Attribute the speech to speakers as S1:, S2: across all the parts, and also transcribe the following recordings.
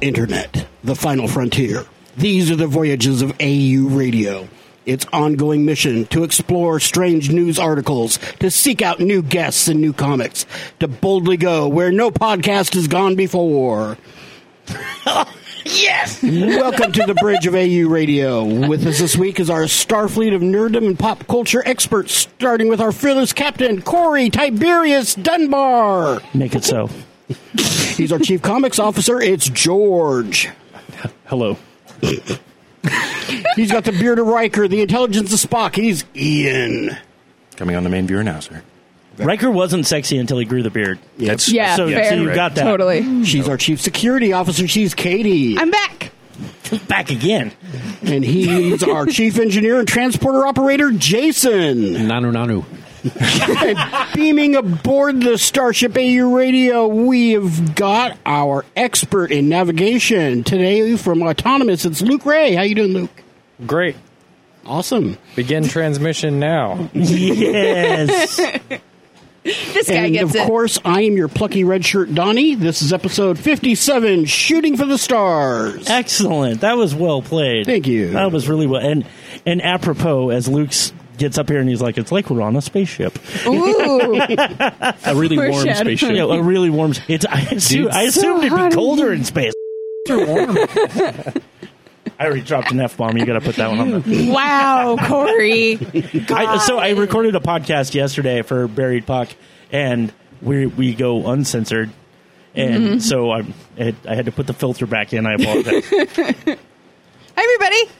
S1: Internet, the final frontier. These are the voyages of AU Radio. Its ongoing mission to explore strange news articles, to seek out new guests and new comics, to boldly go where no podcast has gone before.
S2: Yes.
S1: Welcome to the Bridge of AU Radio. With us this week is our Starfleet of nerddom and pop culture experts, starting with our fearless captain, Corey Tiberius Dunbar.
S3: Make it so.
S1: He's our chief comics officer. It's George.
S3: Hello.
S1: He's got the beard of Riker, the intelligence of Spock. He's Ian.
S4: Coming on the main viewer now, sir.
S3: Riker wasn't sexy until he grew the beard.
S4: That's
S2: Yeah,
S3: So- so
S2: fair.
S3: you got that.
S2: Totally.
S1: She's our chief security officer. She's Katie.
S2: I'm back.
S3: Back again.
S1: and he's our chief engineer and transporter operator, Jason.
S5: Nanu Nanu.
S1: Beaming aboard the Starship AU radio, we have got our expert in navigation today from Autonomous. It's Luke Ray. How you doing, Luke?
S6: Great.
S1: Awesome.
S6: Begin transmission now.
S3: Yes.
S2: This guy
S1: and
S2: gets
S1: of
S2: it.
S1: course, I am your plucky red shirt Donnie. This is episode 57, Shooting for the Stars.
S3: Excellent. That was well played.
S1: Thank you.
S3: That was really well. And and apropos, as Luke's gets up here and he's like, it's like we're on a spaceship.
S2: Ooh.
S5: A really warm
S2: Foreshadowing.
S5: spaceship.
S3: You know, a really warm. It's I, assume, I
S2: so hot
S3: assumed it'd
S2: in
S3: be colder in space. I already dropped an F bomb. You got to put that one on the.
S2: wow, Corey.
S3: I, so I
S2: God.
S3: recorded a podcast yesterday for Buried Puck, and we we go uncensored, and
S2: Mm-hmm.
S3: so I'm, I I had to put the filter back in. I apologize.
S2: Hi, everybody.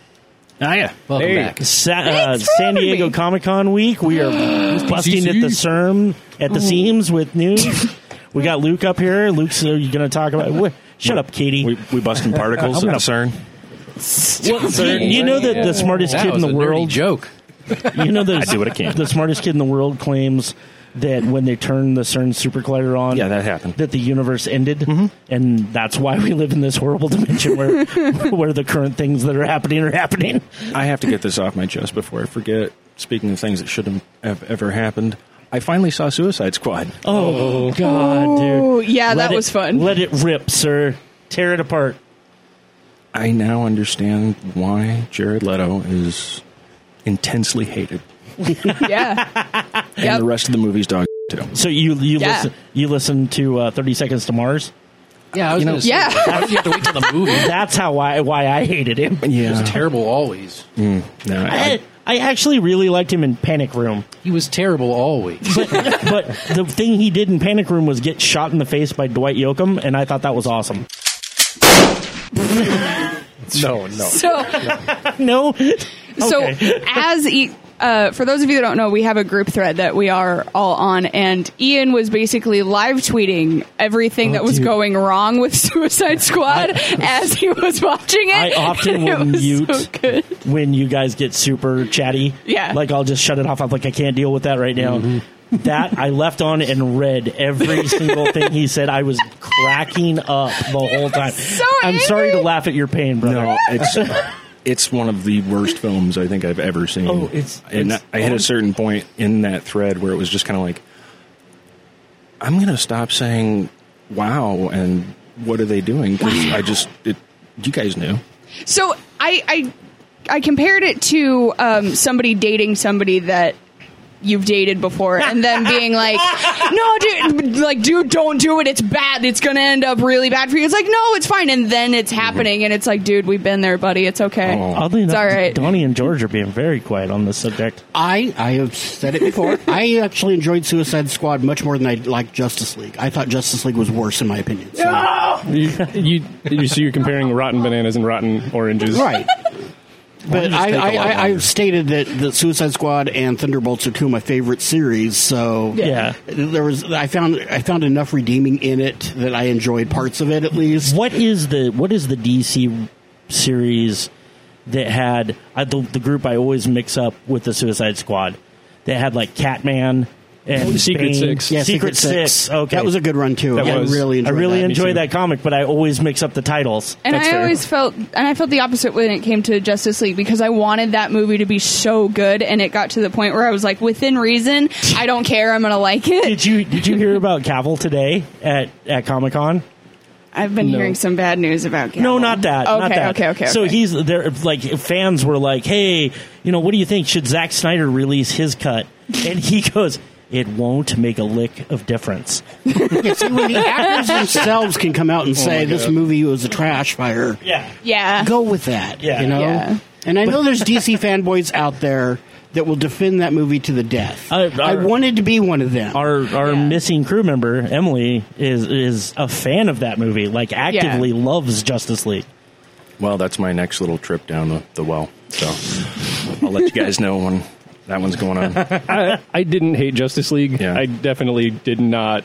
S5: Ah, yeah. Welcome
S6: Hey.
S5: back.
S3: Sa- uh,
S2: Thanks for
S3: San
S2: having
S3: Diego
S2: me.
S3: Comic Con week, we are busting at the CERM at
S2: Oh.
S3: the seams with news. we got Luke up here. Luke's uh, you going to talk about? Wh- shut up, Katie.
S4: We, we busting particles at
S3: gonna-
S4: CERN.
S3: Well, you, you know that the smartest
S5: That
S3: kid in
S5: was
S3: the
S5: a
S3: world
S5: nerdy joke.
S3: You know, the, I do what I can. The smartest kid in the world claims that when they turned the CERN super collider on,
S4: Yeah, that happened.
S3: That Mm-hmm. the universe ended, and that's why we live in this horrible dimension where where the current things that are happening are happening.
S4: I have to get this off my chest before I forget. Speaking of things that shouldn't have ever happened, I finally saw Suicide Squad.
S3: Oh, God,
S2: Ooh,
S3: dude!
S2: yeah,
S3: Let
S2: that
S3: it-
S2: was fun.
S3: Let it rip, sir. Tear it apart.
S4: I now understand why Jared Leto is intensely hated,
S2: yeah. Oh.
S4: and the rest of the movie's dog too.
S3: So you you
S2: Yeah.
S3: listen you listen to uh, Thirty Seconds to Mars.
S5: Yeah, I was
S4: You know-
S5: gonna say,
S2: Yeah.
S5: Why do you have to wait till the movie? That
S3: That's how I why I hated him.
S4: Yeah,
S5: was terrible always.
S4: no, Hmm. I,
S3: I, I actually really liked him in Panic Room.
S5: He was terrible always.
S3: but, but the thing he did in Panic Room was get shot in the face by Dwight Yoakam, and I thought that was awesome.
S6: No, no.
S2: So,
S3: No,
S2: so
S3: Okay.
S2: as e- uh, for those of you that don't know, we have a group thread that we are all on, and Ian was basically live tweeting everything that was
S3: Oh, dude.
S2: going wrong with Suicide Squad as he was watching it.
S3: I often
S2: It
S3: will
S2: was
S3: mute
S2: so good.
S3: when you guys get super chatty.
S2: Yeah.
S3: like I'll just shut it off. I'm like, I can't deal with that right now. That I left on and read every single thing he said. I was cracking up the whole time.
S2: so
S3: I'm sorry to
S2: angry.
S3: laugh at your pain, brother.
S4: no, it's it's one of the worst films I think I've ever seen.
S3: Oh, it's-
S4: and
S3: it's-
S4: I hit a certain point in that thread where it was just kind of like, I'm gonna stop saying wow and what are they doing because I just it, you guys knew.
S2: So I I, I compared it to um, somebody dating somebody that you've dated before and then being like no dude like dude don't do it it's bad it's gonna end up really bad for you it's like no it's fine and then it's happening and it's like dude we've been there buddy it's okay
S3: Oddly
S2: It's
S3: enough,
S2: all right.
S3: Donnie and George are being very quiet on this subject.
S1: I, I have said it before. I actually enjoyed Suicide Squad much more than I liked Justice League. I thought Justice League was worse, in my opinion. So,
S6: You, you, you so you're comparing rotten bananas and rotten oranges.
S1: Right. But I, I, I, I've stated that the Suicide Squad and Thunderbolts are two of my favorite series. So
S3: Yeah.
S1: there was I found I found enough redeeming in it that I enjoyed parts of it at least.
S3: What is the what is the DC series that had I, the, the group I always mix up with the Suicide Squad that had like Catman and
S6: Secret
S3: Bane.
S6: Six.
S3: Yeah, Secret, Six. Okay,
S1: that was a good run too.
S6: That
S1: I
S6: was.
S1: really
S3: I
S1: enjoyed
S3: really
S1: that.
S3: enjoy that comic, but I always mix up the titles.
S2: and
S6: That's
S2: I
S6: fair.
S2: always felt and I felt the opposite when it came to Justice League because I wanted that movie to be so good and it got to the point where I was like within reason I don't care I'm gonna like it
S3: Did you did you hear about Cavill today at at Comic Con?
S2: I've been
S6: No.
S2: hearing some bad news about Gallo.
S3: No, not that.
S2: Okay,
S3: not that.
S2: okay, okay.
S3: So
S2: okay.
S3: he's there. Like fans were like, "Hey, you know, what do you think? Should Zack Snyder release his cut?" And he goes, "It won't make a lick of difference."
S1: When the actors themselves can come out and
S3: Oh
S1: say this movie was a trash fire.
S3: Yeah.
S2: yeah.
S1: Go with that.
S3: Yeah.
S1: You know?
S2: Uh, Yeah.
S1: And I know there's DC fanboys out there that will defend that movie to the death.
S3: Uh,
S1: I
S3: our-
S1: wanted to be one of them.
S3: Our our missing crew member Emily is is a fan of that movie. Like actively loves Justice League.
S4: Well, that's my next little trip down the, the well. So I'll let you guys know when that one's going on.
S6: I, I didn't hate Justice League.
S4: Yeah.
S6: I definitely did not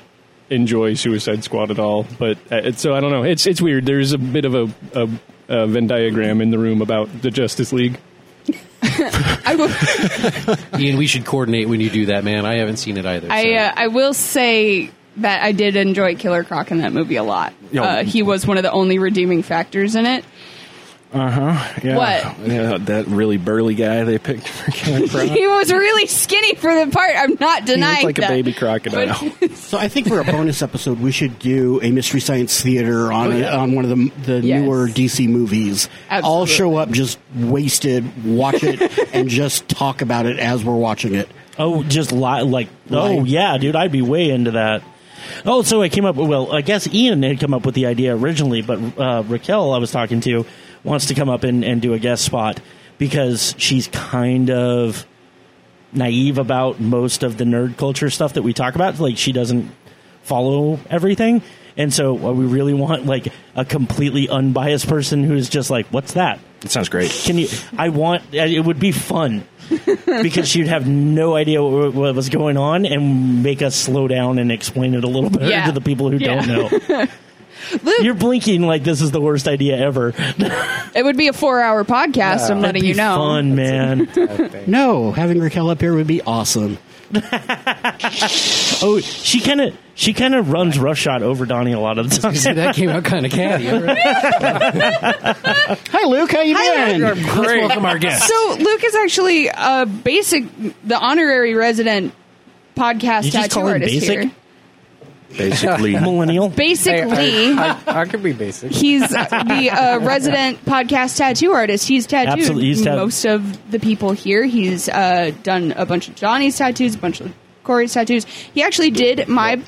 S6: enjoy Suicide Squad at all. But uh, it's- so I don't know. It's it's weird. There's a bit of a, a, a Venn diagram in the room about the Justice League.
S2: I will,
S5: Ian, we should coordinate when you do that, man. I haven't seen it either. so.
S2: I, uh, I will say that I did enjoy Killer Croc in that movie a lot.
S4: Yeah.
S2: Uh, he was one of the only redeeming factors in it.
S3: Uh-huh,
S4: Yeah.
S2: What?
S4: Yeah, that really burly guy they picked for Killer Croc.
S2: He was really skinny for the part. I'm not
S4: He
S2: denying
S4: looked like
S2: that.
S4: a baby crocodile.
S2: But-
S1: So I think for a bonus episode, we should do a mystery science theater on on one of the the
S2: Oh, Yes.
S1: newer DC movies. I'll
S2: Absolutely.
S1: show up just wasted, watch it, and just talk about it as we're watching it.
S3: Oh, just li- like oh
S1: Like-
S3: yeah, dude, I'd be way into that. Oh, so I came up. Well, I guess Ian had come up with the idea originally, but uh, Raquel, I was talking to, wants to come up and, and do a guest spot because she's kind of naive about most of the nerd culture stuff that we talk about. Like she doesn't follow everything, and so uh, we really want like a completely unbiased person who's just like, "What's that?
S4: It sounds great.
S3: Can you? I want. It would be fun because she'd have no idea what, what was going on and make us slow down and explain it a little bit
S2: Yeah.
S3: to the people who
S2: Yeah.
S3: don't know.
S2: Luke,
S3: You're blinking like this is the worst idea ever.
S2: it would be a four hour podcast. I'm
S3: That'd
S2: letting
S3: be
S2: you know.
S3: fun, man.
S1: No, having Raquel up here would be awesome.
S3: oh, she kind of she kind of runs roughshod over Donnie a lot of the time.
S5: See, that came out kind of catty. All right.
S1: Hi, Luke. How you doing?
S5: Let's welcome our guest.
S2: So Luke is actually a basic, the honorary resident podcast
S3: You just
S2: tattoo
S3: call him
S2: artist
S3: basic?
S2: here.
S4: Basically,
S3: Millennial.
S2: Basically,
S7: I, I, I could be basic.
S2: he's the uh, resident podcast tattoo artist. He's tattooed
S3: Absolutely, he's tat-
S2: most of the people here. He's uh, done a bunch of Johnny's tattoos, a bunch of Corey's tattoos. He actually did my.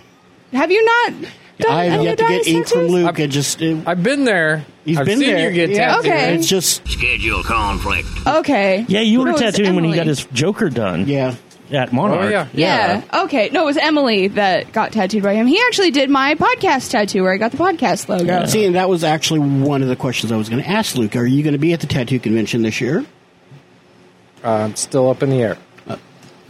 S2: Have you not? Done
S1: I have
S2: any
S1: yet
S2: of
S1: to get
S2: Donnie's
S1: ink from
S2: tattoos?
S1: Luke. It just it,
S7: I've been there.
S1: he's
S7: I've
S1: been
S7: seen
S1: there.
S7: You get
S1: Yeah,
S7: tattooed.
S2: Okay.
S1: It's just
S8: Schedule conflict.
S2: Okay.
S3: Yeah, you
S2: No,
S3: were
S2: it was
S3: tattooing when he got
S2: Emily.
S3: his Joker done.
S1: yeah.
S3: at
S7: Oh
S3: Monarch.
S7: yeah.
S2: Yeah. Okay. No, it was Emily that got tattooed by him. He actually did my podcast tattoo where I got the podcast logo.
S1: See, and that was actually one of the questions I was going to ask Luke. Are you going to be at the tattoo convention this year?
S7: Uh, it's still up in the air.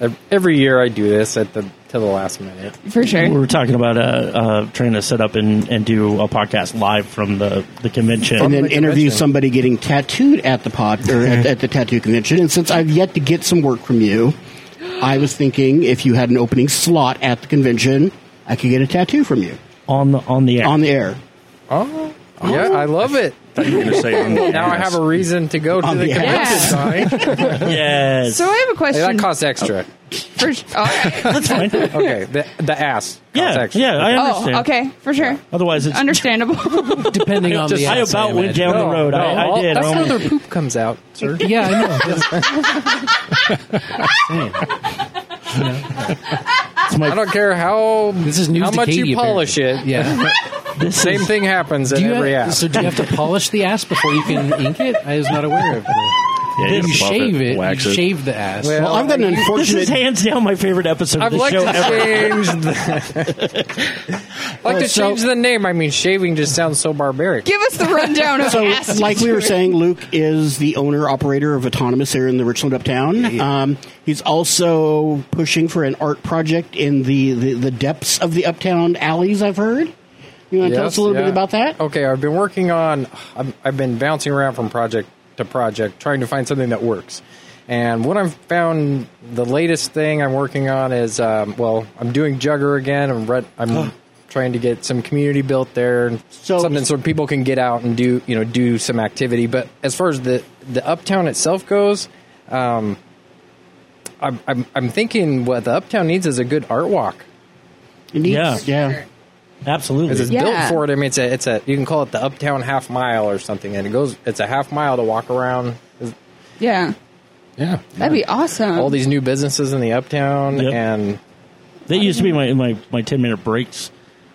S7: Ev- Every year I do this at the till the last minute.
S2: For
S3: We
S2: sure.
S3: were talking about uh, uh, trying to set up and, and do a podcast live from the, the convention.
S1: and then
S7: the
S1: interview
S7: convention.
S1: somebody getting tattooed at the pod or at, at the tattoo convention. And since I've yet to get some work from you, I was thinking if you had an opening slot at the convention, I could get a tattoo from you
S3: on the on the air.
S1: on the air.
S7: Oh, yeah, I love it.
S4: I'm gonna say on the
S7: Now I have a reason to go to
S1: On
S7: the
S1: the ass.
S7: convention. Donnie.
S3: yes,
S2: So I have a
S7: Hey,
S2: question.
S7: that costs extra.
S2: for, all right.
S3: that's fine.
S7: Okay, the, the ass. costs
S3: Yeah,
S7: extra.
S3: yeah, I understand.
S2: Oh, okay. For sure.
S3: Otherwise, it's
S2: Understandable.
S5: Depending on
S3: Just-
S5: the
S3: I
S5: ass,
S3: about went
S5: imagine.
S3: down the
S7: Oh.
S3: road. I- I
S7: all-
S3: did.
S7: That's
S3: I
S7: how
S3: almost-
S7: their poop comes out, sir.
S5: Yeah, I know. That's-
S3: it's my
S7: I don't care how
S5: This is news
S7: how
S5: to
S7: much
S5: Katie,
S7: you polish it.
S5: Yeah.
S3: this
S7: Same
S3: is-
S7: thing happens
S5: Do
S7: in
S5: you
S7: every
S5: have,
S7: ass.
S5: So do you have to polish the ass before you can ink it? I was not aware of that.
S4: Yeah,
S5: you
S4: just buff
S5: shave it,
S4: wax
S5: you shave the ass.
S7: Well,
S1: Well, I've got an
S3: This is
S1: unfortunate.
S3: hands down my favorite episode of
S7: I'd
S3: the
S7: like
S3: show
S7: to
S3: ever.
S7: change the, I'd like to
S1: so-
S7: change the name. I mean, shaving just sounds so barbaric.
S2: Give us the rundown of
S1: So,
S2: ass
S1: like we were saying, Luke is the owner operator of Autonomous here in the Richland Uptown. Um, he's also pushing for an art project in the, the, the depths of the Uptown alleys. I've heard. You want to tell
S7: Yes,
S1: us a little
S7: yeah. Oh,
S1: bit about that?
S7: Okay, I've been working on. I've, I've been bouncing around from project to project, trying to find something that works. And what I've found, the latest thing I'm working on is, um, well, I'm doing Jugger again. I'm re- I'm trying to get some community built there, and
S1: So-
S7: something so people can get out and do you know do some activity. But as far as the the uptown itself goes. Um, I'm, I'm, I'm thinking what the uptown needs is a good art walk.
S1: It needs-
S3: Yeah.
S1: yeah.
S3: Absolutely.
S7: 'Cause it's
S2: Yeah.
S7: built for it. I mean, it's a it's a you can call it the uptown half mile or something, and it goes. It's a half mile to walk around.
S2: Yeah.
S4: Yeah.
S2: That'd be awesome.
S7: All these new businesses in the uptown,
S3: Yep.
S7: and
S3: They used to be my, my, my 10 minute breaks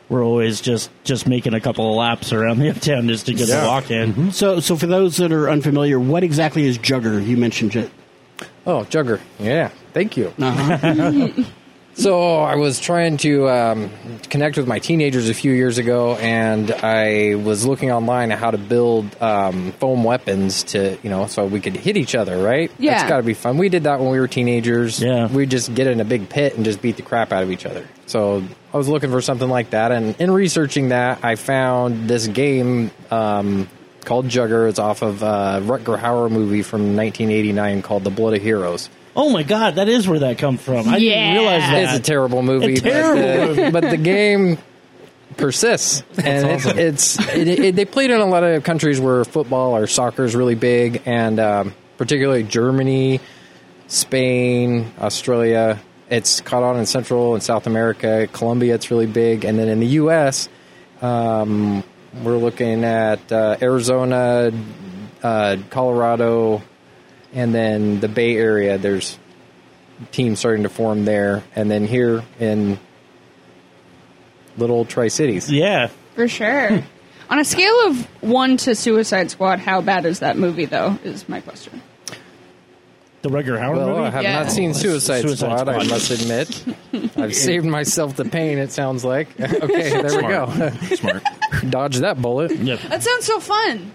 S3: were always just, just making a couple of laps around the uptown just to get a
S7: Yeah. Mm-hmm.
S3: walk in.
S1: So, so for those that are unfamiliar, what exactly is Jugger? You mentioned it.
S7: oh, Jugger, yeah, thank you.
S1: Uh-huh.
S7: So I was trying to um, connect with my teenagers a few years ago, and I was looking online at how to build um, foam weapons to, you know, so we could hit each other. Right?
S2: Yeah.
S7: it's got to be fun. We did that when we were teenagers.
S3: Yeah.
S7: we just get in a big pit and just beat the crap out of each other. So I was looking for something like that, and in researching that, I found this game um, called Jugger. It's off of uh, Rutger Hauer movie from 1989 called The Blood of Heroes.
S3: Oh my God, that is where that come from. I
S2: Yeah.
S3: didn't realize that.
S7: It's a terrible movie.
S3: A terrible
S7: but, the,
S3: movie.
S7: but the game persists, and it's, it's it, it, they played in a lot of countries where football or soccer is really big, and um, particularly Germany, Spain, Australia. It's caught on in Central and South America, Colombia. It's really big, and then in the U.S., um, we're looking at uh, Arizona, uh, Colorado, and then the Bay Area. There's teams starting to form there, and then here in little Tri Cities.
S3: yeah.
S2: For sure. On a scale of one to Suicide Squad, how bad is that movie, though? Is my question.
S3: The Rugger Howard
S7: Well,
S3: movie?
S7: I have
S2: Yeah.
S7: not seen Suicide,
S3: Suicide
S7: Squad, I
S3: Squad.
S7: must admit. I've saved myself the pain, it sounds like. Okay, there we go.
S4: Smart.
S7: Dodge that bullet.
S3: Yep.
S2: That sounds so fun.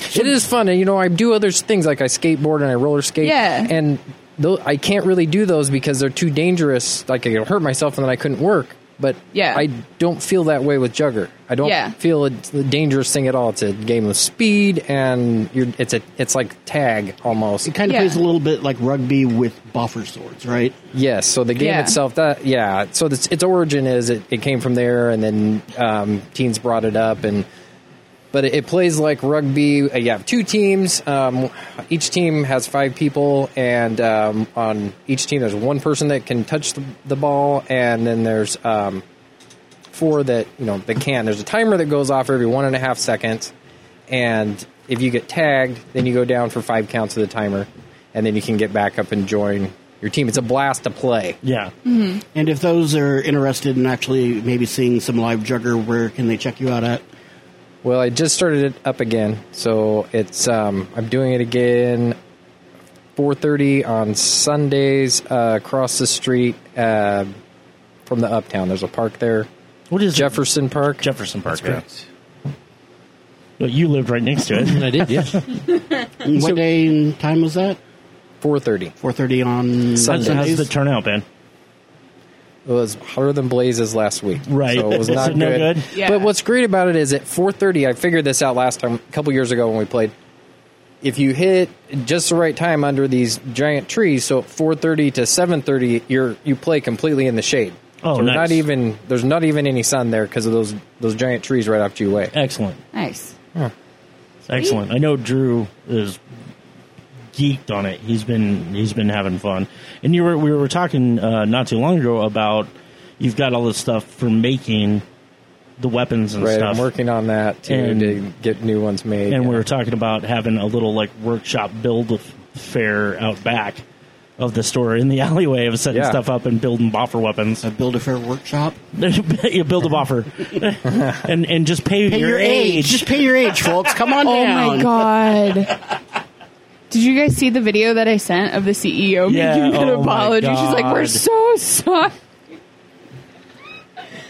S7: It is fun, and you know, I do other things like I skateboard and I roller skate.
S2: Yeah.
S7: And tho- I can't really do those because they're too dangerous. Like I could hurt myself and then I couldn't work. But
S2: Yeah.
S7: I don't feel that way with Jugger. I don't
S2: Yeah.
S7: feel it's a dangerous thing at all. It's a game of speed, and you're, it's a it's like tag almost.
S1: It kind of
S2: Yeah.
S1: plays a little bit like rugby with boffer swords, right?
S7: Yes. So the game
S2: Yeah.
S7: itself, that yeah. So this, its origin is it, it came from there, and then um, teens brought it up, and but it, it plays like rugby. Uh, You have two teams. Um, each team has five people, and um, on each team there's one person that can touch the, the ball, and then there's um, four that you know they can. There's a timer that goes off every one and a half seconds, and if you get tagged, then you go down for five counts of the timer, and then you can get back up and join your team. It's a blast to play.
S3: Yeah.
S2: Mm-hmm.
S1: And if those are interested in actually maybe seeing some live Jugger, where can they check you out at?
S7: Well, I just started it up again, so it's um, I'm doing it again. 4:30 on Sundays uh, across the street uh, from the uptown. There's a park there,
S3: What is
S7: Jefferson Park.
S3: Jefferson Park. yeah. Well, you lived right next to it.
S5: I did, yeah.
S1: And what day and time was that?
S7: 4:30.
S1: 4.30 on
S3: How's, how's
S1: Sundays?
S3: the turnout been?
S7: It was hotter than blazes last week.
S3: Right.
S7: So it was
S3: Is
S7: not
S3: it no good?
S2: Yeah.
S7: But what's great about it is at 4:30, I figured this out last time, a couple years ago when we played. If you hit just the right time under these giant trees, so at 4:30 to 7:30, you're you play completely in the shade.
S3: Oh,
S7: so we're
S3: nice.
S7: not even there's not even any sun there because of those those giant trees right off to your way.
S3: Excellent.
S2: Nice.
S3: Excellent. I know Drew is geeked on it. He's been he's been having fun. And you were we were talking uh, not too long ago about you've got all this stuff for making the weapons and
S7: Right,
S3: stuff.
S7: I'm working on that too,
S3: And-
S7: to get new ones made.
S3: and we were talking about having a little like workshop build a f- fair out back of the store in the alleyway of setting
S7: Yeah.
S3: stuff up and building boffer weets.
S1: a Build a Fair workshop?
S3: you build a boffer and and just pay,
S1: Pay your, age. Just pay your age, folks. Come on
S2: Oh
S1: down.
S2: my god. Did you guys see the video that I sent of the CEO
S3: Yeah,
S2: making an
S3: oh my
S2: apology? She's like, "We're
S3: God.
S2: so sorry."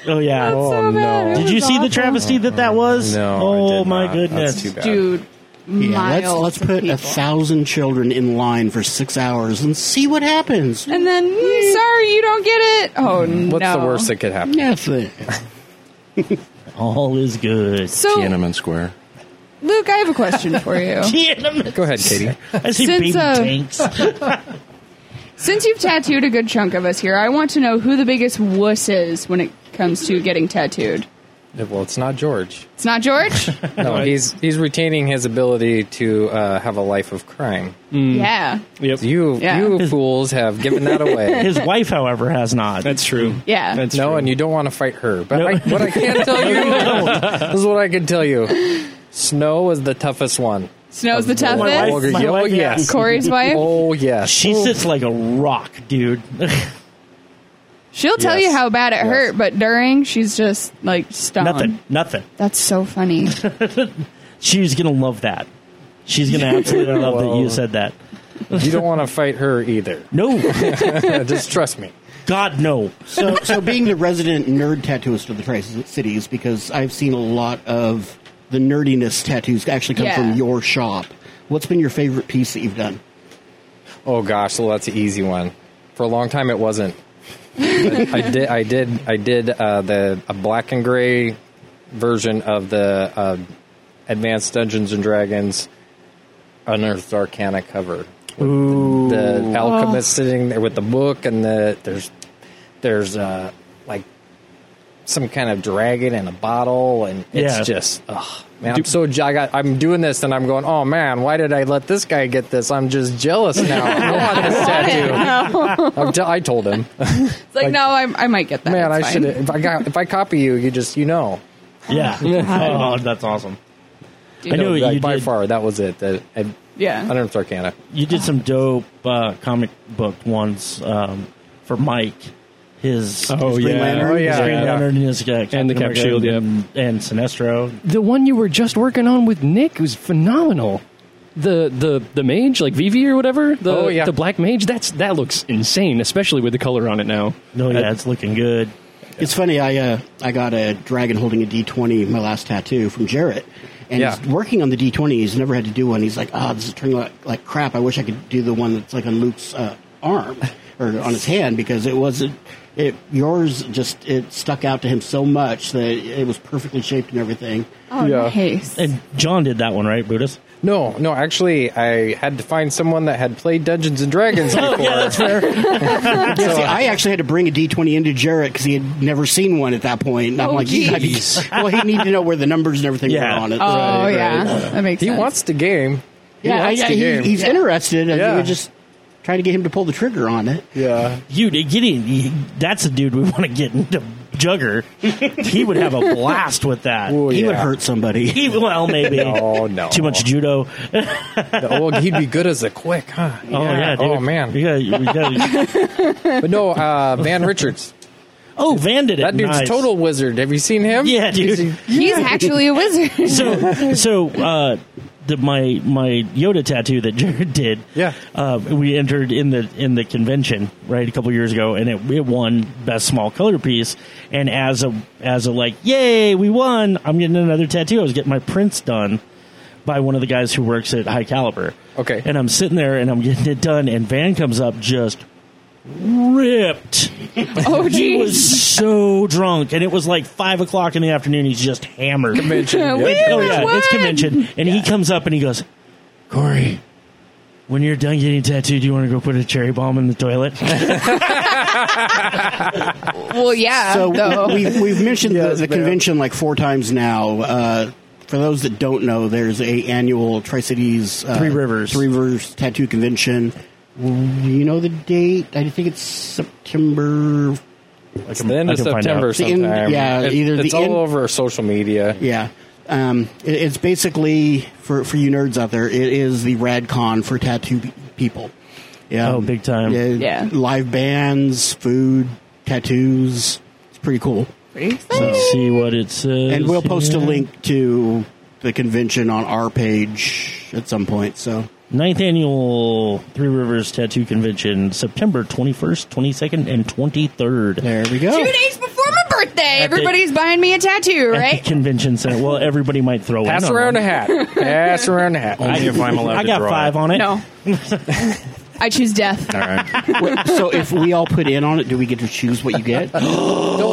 S3: Oh yeah.
S7: Oh,
S2: so bad.
S7: no.
S2: It
S3: Did you
S2: was
S3: see
S2: awful.
S3: the travesty that that was?
S7: no, I
S3: Oh
S7: did
S3: my
S7: not. That's
S3: goodness.
S7: too bad.
S2: dude?
S1: Yeah, let's,
S2: miles
S1: let's
S2: of
S1: put a
S2: people.
S1: thousand children in line for six hours and see what happens.
S2: And then, "Mm, sorry, you don't get it. Oh no!
S7: What's the worst that could happen?
S1: Nothing.
S3: All is good.
S2: So,
S4: Tiananmen Square.
S2: Luke, I have a question for you.
S3: Tiananmen-
S7: Go ahead, Katie.
S3: I see
S2: Since,
S3: baby
S2: uh,
S3: tanks.
S2: Since you've tattooed a good chunk of us here, I want to know who the biggest wuss is when it comes to getting tattooed.
S7: Well, it's not George.
S2: It's not George.
S7: No, he's he's retaining his ability to uh, have a life of crime.
S3: Mm.
S2: Yeah,
S6: Yep.
S7: You
S2: Yeah.
S7: you fools have given that away.
S3: His wife, however, has not.
S6: That's true.
S2: yeah.
S6: That's
S7: no,
S6: true.
S7: and you don't want to fight her. But I, what I can tell you, this is what I can tell you. Snow was the toughest one.
S2: Snow's the
S7: My
S2: toughest.
S7: wife-
S3: My
S7: oh,
S3: wife, yeah.
S7: yes.
S2: Corey's wife.
S7: Oh yes.
S3: she sits like a rock, dude.
S2: She'll tell
S7: Yes.
S2: you how bad it
S7: Yes.
S2: hurt, but during she's just like stunned.
S3: nothing, nothing.
S2: That's so funny.
S3: She's gonna love that. She's gonna absolutely love that you
S7: Well-
S3: said that.
S7: You don't want to fight her either.
S3: No,
S7: Just trust me.
S3: God, no.
S1: So, so being the resident nerd tattooist of the Tri Cities, because I've seen a lot of the nerdiness tattoos actually come
S2: Yeah.
S1: from your shop. What's been your favorite piece that you've done?
S7: Oh gosh, well that's an easy one. For a long time, it wasn't. I, I did, I did, I did uh, the a black and gray version of the uh, Advanced Dungeons and Dragons Unearthed Arcana cover. With the, the alchemist sitting there with the book, and the there's there's uh, like some kind of dragon in a bottle, and it's
S3: Yeah.
S7: just ugh, man. I'm so j- I got I'm doing this, and I'm going, oh man, why did I let this guy get this? I'm just jealous now. I want this tattoo. I'm t- I told him,
S2: It's like, no, I, I might get that.
S7: man, I
S2: It's
S7: should.
S2: fine.
S7: If I got if I copy you, you just you know.
S3: Yeah. oh, that's awesome. I know
S7: Like,
S3: you
S7: by
S3: did.
S7: far that was it. The, I,
S2: Yeah.
S7: I don't know if Arcana.
S3: You did some dope uh, comic book ones um, for Mike. His,
S6: Oh,
S3: his Green
S6: yeah.
S3: Lantern,
S6: Oh,
S3: his
S7: yeah.
S3: Green
S7: Yeah.
S3: Lantern, and his uh, Captain
S6: the Cap
S3: America
S6: Shield, yeah.
S3: and, and Sinestro.
S6: the one you were just working on with Nick was phenomenal. The the the mage, like Vivi or whatever. The,
S7: Oh, yeah.
S6: The black mage. That's that looks insane, especially with the color on it now.
S3: No, yeah, it's looking good.
S1: It's funny. I uh, I got a dragon holding a D twenty. My last tattoo from Jarrett, and
S7: Yeah.
S1: he's working on the D twenty. He's never had to do one. He's like, ah, this is turning like, like crap. I wish I could do the one that's like on Luke's uh, arm or on his hand because it wasn't. It yours just it stuck out to him so much that it was perfectly shaped and everything.
S2: Oh,
S7: Yeah.
S2: nice.
S3: And John did that one, right, Brutus?
S7: No, no, actually, I had to find someone that had played Dungeons and
S3: Oh,
S7: Dragons before.
S1: Yeah, see, I actually had to bring a D twenty into Jarrett because he had never seen one at that point. And I'm
S2: Oh,
S1: like, you gotta-
S2: geez.
S1: well, he needed to know where the numbers and everything
S3: Yeah.
S1: were on it.
S2: oh, yeah. That makes
S7: he
S2: sense.
S7: wants the game. He
S1: Yeah,
S7: wants
S1: yeah,
S7: the
S1: he-
S7: game.
S1: he's interested. and
S7: Yeah.
S1: We're just trying to get him to pull the trigger on it.
S7: yeah.
S3: You Gideon, you- that's a dude we want to get into Jugger. he would have a blast with that.
S7: Oh,
S1: he would
S7: yeah.
S1: hurt somebody.
S3: He, well, maybe.
S7: Oh no!
S3: Too much judo. Oh
S7: Oh, well, he'd be good as a quick, huh?
S3: yeah, dude.
S7: Oh man.
S3: We gotta- we gotta-
S7: But no, uh, Van Richards.
S3: oh, Van did it.
S7: That dude's
S3: Nice.
S7: total wizard. Have you seen him?
S3: Yeah, dude.
S2: He's actually a wizard.
S3: so so uh, the, my my Yoda tattoo that Jared did.
S7: Yeah.
S3: uh, we entered in the in the convention right a couple years ago, and it, it won best small color piece. And as a as a like, yay, we won! I'm getting another tattoo. I was getting my prints done by one of the guys who works at High Caliber.
S7: Okay.
S3: and I'm sitting there and I'm getting it done, and Van comes up just ripped
S2: Oh,
S3: he
S2: geez.
S3: was so drunk, and it was like five o'clock in the afternoon. He's just hammered. Convention,
S2: yeah. We
S3: oh yeah,
S2: won!
S3: it's convention. And he comes up and he goes, Corey, when you're done getting tattooed, do you want to go put a cherry bomb in the toilet?
S2: Well, yeah.
S1: So
S2: though.
S1: we've, we've mentioned the, the convention like four times now. Uh, for those that don't know, there's a annual Tri Cities uh,
S3: Three Rivers.
S1: Three Rivers Tattoo Convention. You know the date? I think it's September.
S7: It's the end
S3: I
S7: of
S3: can find
S7: September
S3: out.
S1: The end-
S7: sometime.
S1: yeah,
S7: It-
S1: either
S7: it's
S1: the
S7: all
S1: end-
S7: over social media.
S1: Yeah, um, it, it's basically for for you nerds out there. It is the RadCon for tattoo pe- people. Yeah,
S3: Oh, big time.
S1: Yeah,
S2: Yeah.
S1: live bands, food, tattoos. It's pretty cool.
S2: Pretty
S3: Let's see what it says.
S1: and we'll post a
S3: here.
S1: link to the convention on our page at some point. So
S3: Ninth annual Three Rivers Tattoo Convention, September 21st, 22nd, and 23rd.
S1: there we go.
S2: Two days before my birthday,
S3: At the-
S2: everybody's buying me a tattoo,
S3: At
S2: right?
S3: the convention center. Well, everybody might throw in
S7: Pass
S3: on
S7: around
S3: one.
S7: a hat. Pass around a hat.
S4: Only if I'm allowed
S3: I
S4: to
S3: got
S4: draw
S3: five
S4: it.
S3: on it.
S2: No. I choose death.
S4: All right.
S1: Wait, so if we all put in on it, do we get to choose what you get?
S7: Don't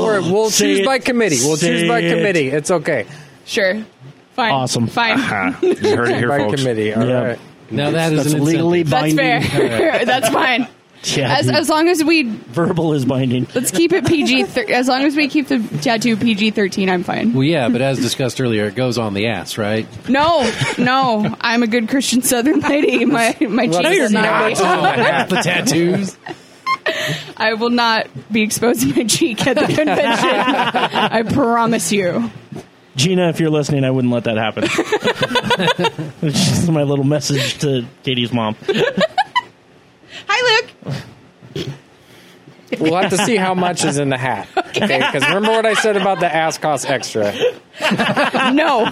S7: worry. We'll
S3: Say
S7: choose
S3: it.
S7: by committee. We'll
S3: Say
S7: choose by
S3: it.
S7: committee. It's okay.
S2: Sure. Fine.
S3: Awesome.
S2: Fine.
S4: Ah, you heard it here,
S7: by
S4: folks.
S7: committee. All
S3: Yeah.
S7: right.
S5: Now that is
S1: That's
S5: an
S1: legally
S5: legally.
S2: That's
S1: binding.
S2: fair. That's fine.
S3: Yeah,
S2: As
S3: dude.
S2: as long as we
S3: verbal is binding.
S2: let's keep it PG. Thir- as long as we keep the tattoo PG thirteen, I'm fine.
S5: Well, yeah, but as discussed earlier, it goes on the ass, right?
S2: No, no, I'm a good Christian Southern lady. My my cheeks are not.
S5: half the tattoos.
S2: I will not be exposing my cheek at the convention. I promise you.
S3: Gina, if you're listening, I wouldn't let that happen. Which is my little message to Katie's mom.
S2: Hi, Luke.
S7: We'll have to see how much is in the hat. Okay. Because remember what I said about the ass cost extra.
S2: No,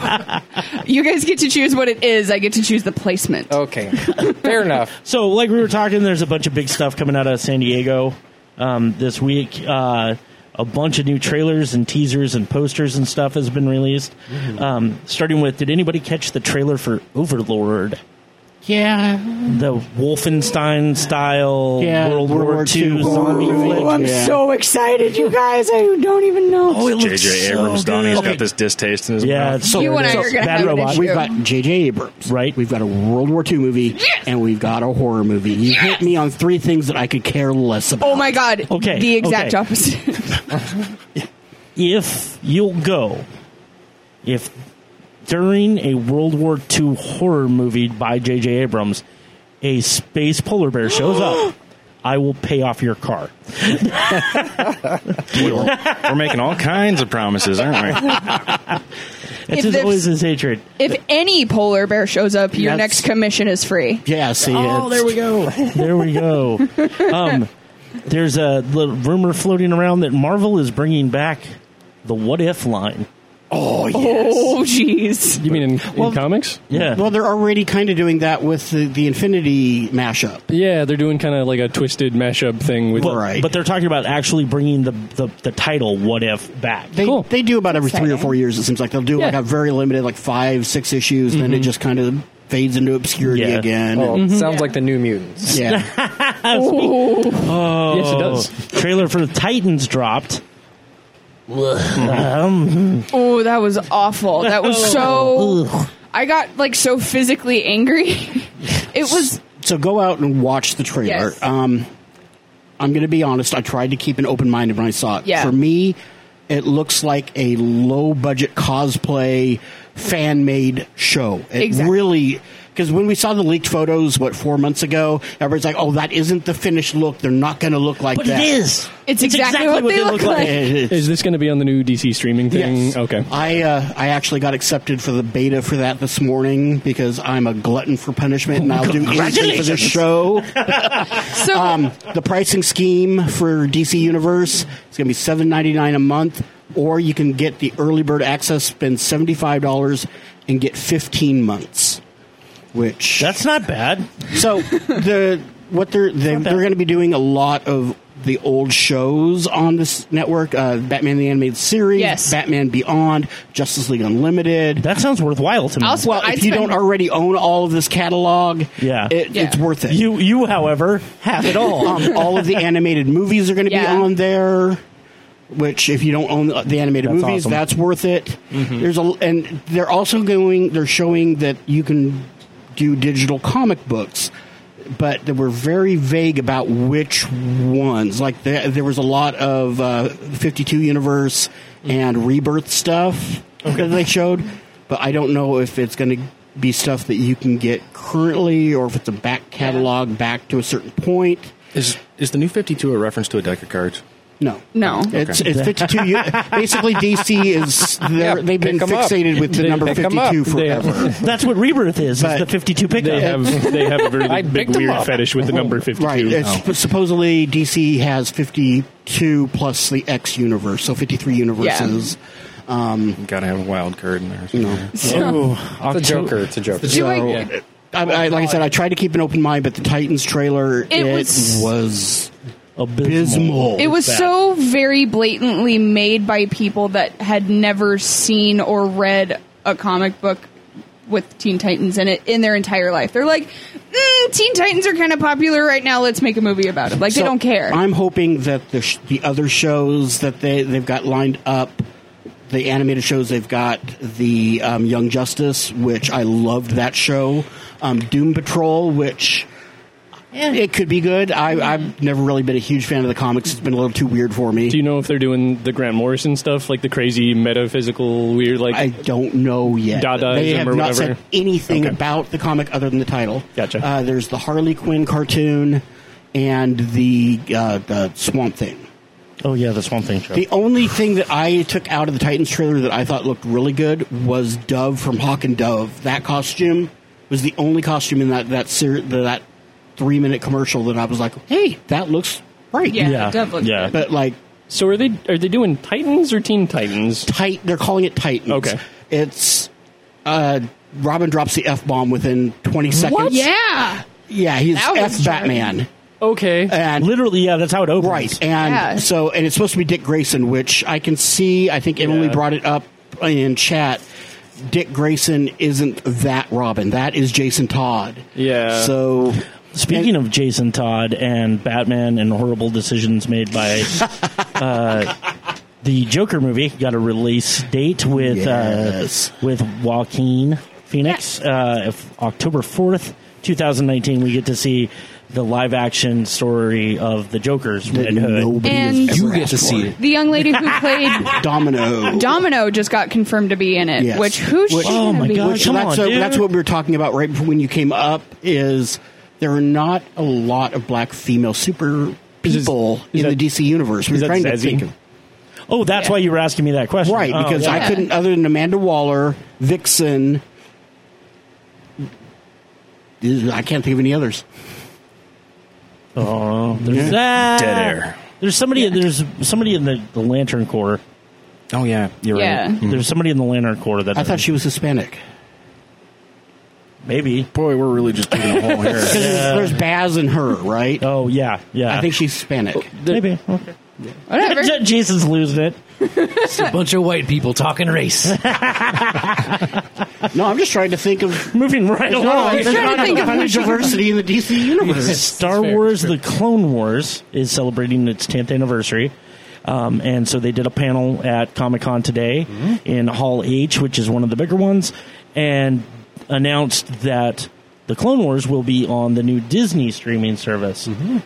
S2: you guys get to choose what it is. I get to choose the placement.
S7: Okay. Fair enough.
S3: So, like we were talking, there's a bunch of big stuff coming out of San Diego um, this week. Uh, a bunch of new trailers and teasers and posters and stuff has been released.
S4: Mm-hmm.
S3: Um, starting with, did anybody catch the trailer for Overlord?
S5: Yeah.
S3: The Wolfenstein style
S5: Yeah,
S3: World, War, II, zombie flick.
S1: I'm
S2: so excited, you guys! I don't even know.
S3: Oh, it looks
S4: J.J.
S3: so
S4: Abrams,
S3: good.
S4: Donnie's
S3: Okay,
S4: got this distaste in his
S3: Yeah,
S4: mouth.
S3: so
S2: You and I are gonna
S3: Bad
S2: have an
S3: Robot.
S2: issue.
S1: We've got J.J. Abrams.
S3: Right.
S1: We've got a World War II movie,
S2: Yes!
S1: and we've got a horror movie. You hit me on three things that I could care less about.
S2: oh my god!
S3: Okay,
S2: the exact
S3: okay.
S2: opposite.
S3: if you'll go, if during a World War II horror movie by J.J. Abrams, a space polar bear shows up, I will pay off your car.
S4: We're making all kinds of promises, aren't we?
S3: It's
S2: If
S3: just
S2: there's-
S3: always his hatred.
S2: if any polar bear shows up, your
S1: That's-
S2: next commission is free.
S1: Yeah, see, it's-
S3: go. there we go. Um, there's a little rumor floating around that Marvel is bringing back the What If line.
S2: Oh, jeez.
S6: You mean in, in comics?
S3: Yeah.
S1: Well, they're already kind of doing that with the, the Infinity mashup.
S6: Yeah, they're doing kind of like a twisted mashup thing with.
S3: but,
S1: right.
S3: but they're talking about actually bringing the, the, the title "What If" back.
S1: They
S6: Cool.
S1: they do about every three or
S2: Exciting.
S1: four years. It seems like they'll do like
S6: Yeah.
S1: a very limited, like five, six issues, and then it just kind of fades into obscurity
S3: Yeah.
S1: again.
S7: Well,
S5: Mm-hmm.
S7: sounds like the new mutants.
S1: Yeah,
S3: Oh,
S6: Yes, it does.
S3: Trailer for Titans dropped.
S2: Oh, that was awful. That was so. I got like so physically angry. It was
S1: so go out and watch the trailer.
S2: Yes.
S1: Um, I'm going to be honest. I tried to keep an open mind when I saw it.
S2: Yeah.
S1: For me, it looks like a low budget cosplay fan made show. It
S2: Exactly.
S1: really. Because when we saw the leaked photos, what four months ago, everybody's like, "Oh, that isn't the finished look. They're not going to look like
S3: But
S1: that."
S3: it is.
S2: It's exactly what they look like.
S1: It-
S6: Is this going to be on the new DC streaming thing?
S1: Yes.
S6: Mm, Okay.
S1: I uh, I actually got accepted for the beta for that this morning because I'm a glutton for punishment
S3: Oh
S1: and I'll do anything for this show.
S2: so.
S1: Um, the pricing scheme for DC Universe is going to be seven ninety nine a month, or you can get the early bird access, spend seventy five dollars, and get fifteen months. Which
S3: That's not bad.
S1: so the what they're they,
S3: Not bad.
S1: they're going to be doing a lot of the old shows on this network: uh, Batman the Animated Series,
S2: Yes.
S1: Batman Beyond, Justice League Unlimited.
S3: That sounds worthwhile to me.
S2: I'll s-
S1: well,
S2: I'd
S1: if you
S2: spend-
S1: don't already own all of this catalog,
S3: Yeah.
S1: it,
S2: Yeah.
S1: it's worth it.
S3: you, you, however, have it all.
S1: um, all of the animated movies are going to
S2: Yeah.
S1: be on there. Which, if you don't own the animated
S3: That's
S1: movies,
S3: awesome. Mm-hmm.
S1: that's worth it. There's a, and they're also going. They're showing that you can do digital comic books, but they were very vague about which ones. Like there, there was a lot of uh, 52 universe and rebirth stuff that they showed, but I don't know if it's going to be stuff that you can get currently or if it's a back catalog back to a certain point.
S4: Is is the new Fifty Two a reference to a deck of cards?
S1: No,
S2: No.
S1: It's it's fifty two. basically, DC is they're-
S7: Yeah,
S1: they've been
S7: pick 'em up.
S1: fixated with the
S6: They
S1: number
S6: pick
S1: fifty
S7: 'em up.
S1: two
S6: They-
S1: forever.
S3: That's what Rebirth is, is
S1: But
S3: the 52 pickup.
S6: They have they have a very
S7: I
S6: big
S7: picked 'em
S6: weird
S7: up.
S6: fetish with the number fifty two.
S1: Right.
S7: Oh.
S1: It's, Supposedly, DC has fifty two plus the X universe, so fifty three universes. Um,
S4: Got to have a wild card in there.
S3: oh,
S7: It's a joker. It's a joker.
S2: do I-
S1: uh, I, I, like I said, I tried to keep an open mind, but the Titans trailer it,
S2: was-
S1: was,
S3: abysmal.
S1: abysmal.
S2: it was
S3: bad.
S2: so very blatantly made by people that had never seen or read a comic book with Teen Titans in it in their entire life. They're like, mm, Teen Titans are kind of popular right now. Let's make a movie about it. Like they
S1: So,
S2: don't care.
S1: I'm hoping that the sh- the other shows that they they've got lined up, the animated shows they've got, the um, Young Justice, which I loved that show, um, Doom Patrol, which It could be good. I, I've never really been a huge fan of the comics. It's been a little too weird for me.
S6: Do you know if they're doing the Grant Morrison stuff, like the crazy metaphysical weird, like
S1: I don't know yet.
S6: Dadaism
S1: they have
S6: or
S1: not
S6: whatever?
S1: said anything
S6: Okay.
S1: about the comic other than the title.
S6: Gotcha.
S1: Uh, there's the Harley Quinn cartoon and the uh, the Swamp Thing.
S3: Oh yeah, the Swamp Thing show.
S1: The only thing that I took out of the Titans trailer that I thought looked really good was Dove from Hawk and Dove. That costume was the only costume in that that ser- that three minute commercial that I was like, hey, that looks right.
S2: Yeah,
S3: yeah,
S2: it does look
S3: yeah.
S1: But like
S6: so are they are they doing Titans or Teen Titans?
S1: tight. They're calling it Titans.
S6: Okay.
S1: It's uh, Robin drops the f bomb within 20 seconds.
S2: Yeah.
S1: Yeah, he's
S2: That was
S1: f Batman.
S6: Okay,
S1: And
S3: Literally, yeah, that's how it opens.
S1: right, and
S2: Yeah.
S1: so and it's supposed to be Dick Grayson, which I can see. I think Emily
S6: Yeah.
S1: brought it up in chat. Dick Grayson isn't that Robin. That is Jason Todd.
S6: Yeah.
S1: So
S3: Speaking of Jason Todd and Batman and horrible decisions made by uh, the Joker movie, got a release date with
S1: Yes.
S3: uh, with Joaquin Phoenix, uh, if October fourth, two thousand nineteen. We get to see the live action story of the Joker's Red
S1: that
S3: Hood.
S1: nobody has
S2: And-
S1: ever
S5: You get
S1: asked
S5: to see
S1: for.
S5: it.
S2: The young lady who played
S1: Domino.
S2: Domino just got confirmed to be in it.
S1: Yes.
S2: Which who's
S1: Which-
S2: she
S3: Oh
S2: gonna
S3: my
S2: be?
S3: God,
S1: Which
S3: come
S1: that's,
S3: on,
S1: uh,
S3: dude.
S1: that's what we were talking about right before when you came up. Is there are not a lot of black female super people
S6: is
S1: in
S6: that-
S1: the DC universe?
S6: is
S1: We're
S6: that
S1: trying to
S6: Zazie?
S1: think, of-
S3: Oh, that's why you were asking me that question,
S1: right?
S3: Oh,
S1: Because
S3: yeah.
S1: I couldn't, other than Amanda Waller, Vixen. I can't think of any others.
S3: Oh, there's that.
S4: Dead air.
S3: There's somebody. There's somebody in the, the Lantern Corps.
S4: Oh yeah, you're
S2: Yeah.
S4: right. Mm.
S3: There's somebody in the Lantern Corps that
S1: Mm-hmm. I thought she was Hispanic.
S3: maybe.
S4: Boy, we're really just taking a hole here.
S1: 'Cause There's Baz and her, right?
S3: Oh yeah, yeah.
S1: I think she's Hispanic.
S3: maybe. Okay.
S2: Whatever.
S3: J- Jason's losing it.
S5: It's a bunch of white people talking race.
S1: No, I'm just trying to think of.
S3: Moving right
S1: No,
S3: along.
S1: there's
S2: trying to
S1: not a
S2: think of
S1: ton
S2: what she-
S1: diversity in the DC universe.
S3: Star Wars: The Clone Wars is celebrating its 10th anniversary, um, and so they did a panel at Comic Con today
S2: Mm-hmm.
S3: in Hall H, which is one of the bigger ones, and announced that the Clone Wars will be on the new Disney streaming service
S2: Mm-hmm.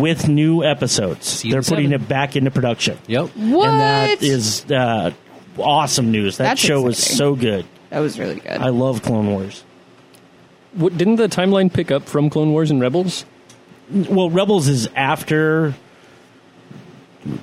S3: with new episodes.
S5: Season
S3: They're putting
S5: seven.
S3: it back into production.
S5: yep.
S2: what?
S3: And that is uh, awesome news. That
S2: That's
S3: show is
S2: exciting.
S3: so good.
S2: That was really good.
S3: I love Clone Wars.
S6: what, didn't the timeline pick up from Clone Wars and Rebels?
S3: Well, Rebels is after.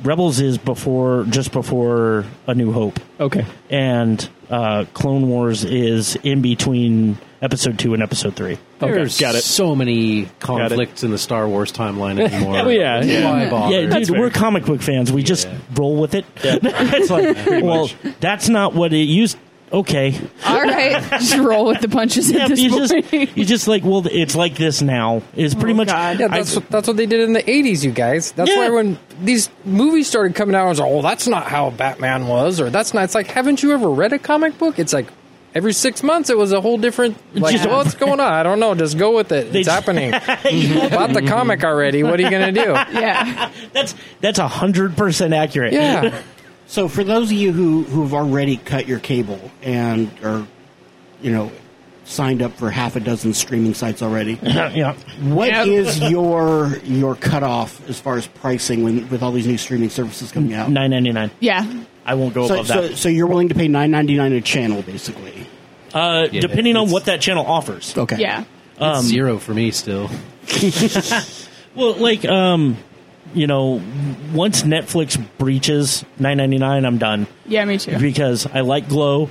S3: Rebels is before, just before A New Hope,
S6: Okay,
S3: and uh, Clone Wars is in between Episode Two and Episode Three.
S5: There's
S6: got it.
S5: so many conflicts in the Star Wars timeline anymore.
S6: Oh, yeah,
S5: Why
S6: yeah.
S5: bother?
S3: Yeah, dude,
S6: fair.
S3: we're comic book fans. We just
S5: Yeah.
S3: roll with it. it's like, well, that's not what it used. Okay,
S2: All right, just roll with the punches
S3: yeah,
S2: at this
S3: you
S2: point.
S3: just you just like, well, it's like this now. Is pretty much
S7: Oh, Yeah, that's, what, that's what they did in the 80s, you guys. That's
S3: Yeah.
S7: why when these movies started coming out, I was like, oh, that's not how Batman was, or that's not. It's like, haven't you ever read a comic book? It's like, every six months it was a whole different. Like,
S3: Just-
S7: what's going on? I don't know. Just go with it. It's
S3: just-
S7: happening. You Bought the comic already. What are you going to do?
S2: yeah,
S3: That's that's a hundred percent accurate.
S7: Yeah.
S1: So for those of you who who've already cut your cable and are, you know, signed up for half a dozen streaming sites already,
S3: yeah.
S1: what is your your cutoff as far as pricing when with all these new streaming services coming out?
S3: Nine ninety nine.
S2: yeah.
S3: I won't go
S1: So,
S3: above
S1: so,
S3: that.
S1: so you're willing to pay nine ninety nine a channel, basically.
S3: uh,
S5: Yeah,
S3: depending on
S5: it's-
S3: what that channel offers.
S1: Okay.
S2: Yeah.
S5: It's zero for me still.
S3: Well, like um, you know, once Netflix breaches nine ninety nine, I'm done
S2: Yeah, me too.
S3: because I like Glow,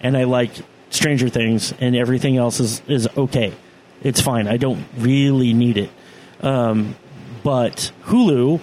S3: and I like Stranger Things, and everything else is is okay. It's fine. I don't really need it. Um, but Hulu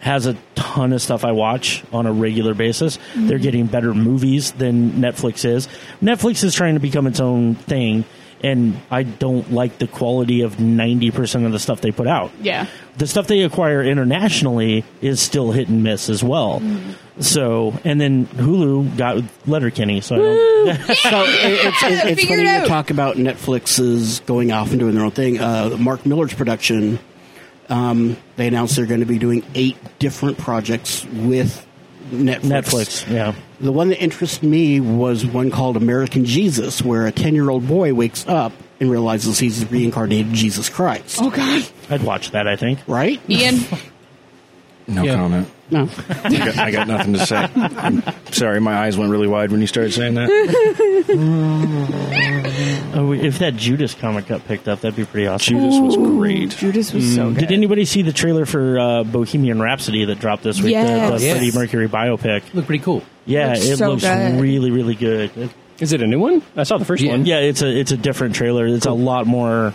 S3: has a ton of stuff I watch on a regular basis. They're getting better movies than Netflix is. Netflix is trying to become its own thing, and I don't like the quality of 90% of the stuff they put out.
S2: Yeah.
S3: The stuff they acquire internationally is still hit and miss as well.
S2: Mm-hmm.
S3: So, and then Hulu got Letterkenny, so I don't.
S1: So it- it's, it's- it's
S2: Figure
S1: funny
S2: it
S1: to
S2: out.
S1: talk about Netflix's going off and doing their own thing. Uh, Mark Miller's production, um, they announced they're going to be doing eight different projects with
S3: Netflix, yeah.
S1: The one that interested me was one called American Jesus, where a 10 year old boy wakes up and realizes he's reincarnated Jesus Christ.
S2: Oh God,
S3: I'd watch that. I think.
S1: Right?
S2: Ian.
S4: No
S5: Yeah.
S4: comment.
S1: No.
S4: I got, I got nothing to say. I'm sorry, my eyes went really wide when you started saying that.
S3: Oh, if that Judas comic got picked up, that'd be pretty awesome. Mm.
S4: Judas was great.
S2: Judas was so good.
S3: Did anybody see the trailer for uh, Bohemian Rhapsody that dropped this week? The,
S2: Yes.
S3: the
S5: Yes.
S3: Freddie Mercury biopic.
S5: Look pretty cool.
S3: Yeah,
S2: Looks
S3: it
S2: so
S3: looks
S2: good.
S3: really, really good. It-
S6: Is it a new one? I saw the first
S5: Yeah.
S6: one.
S3: yeah, it's a it's a different trailer. It's a lot more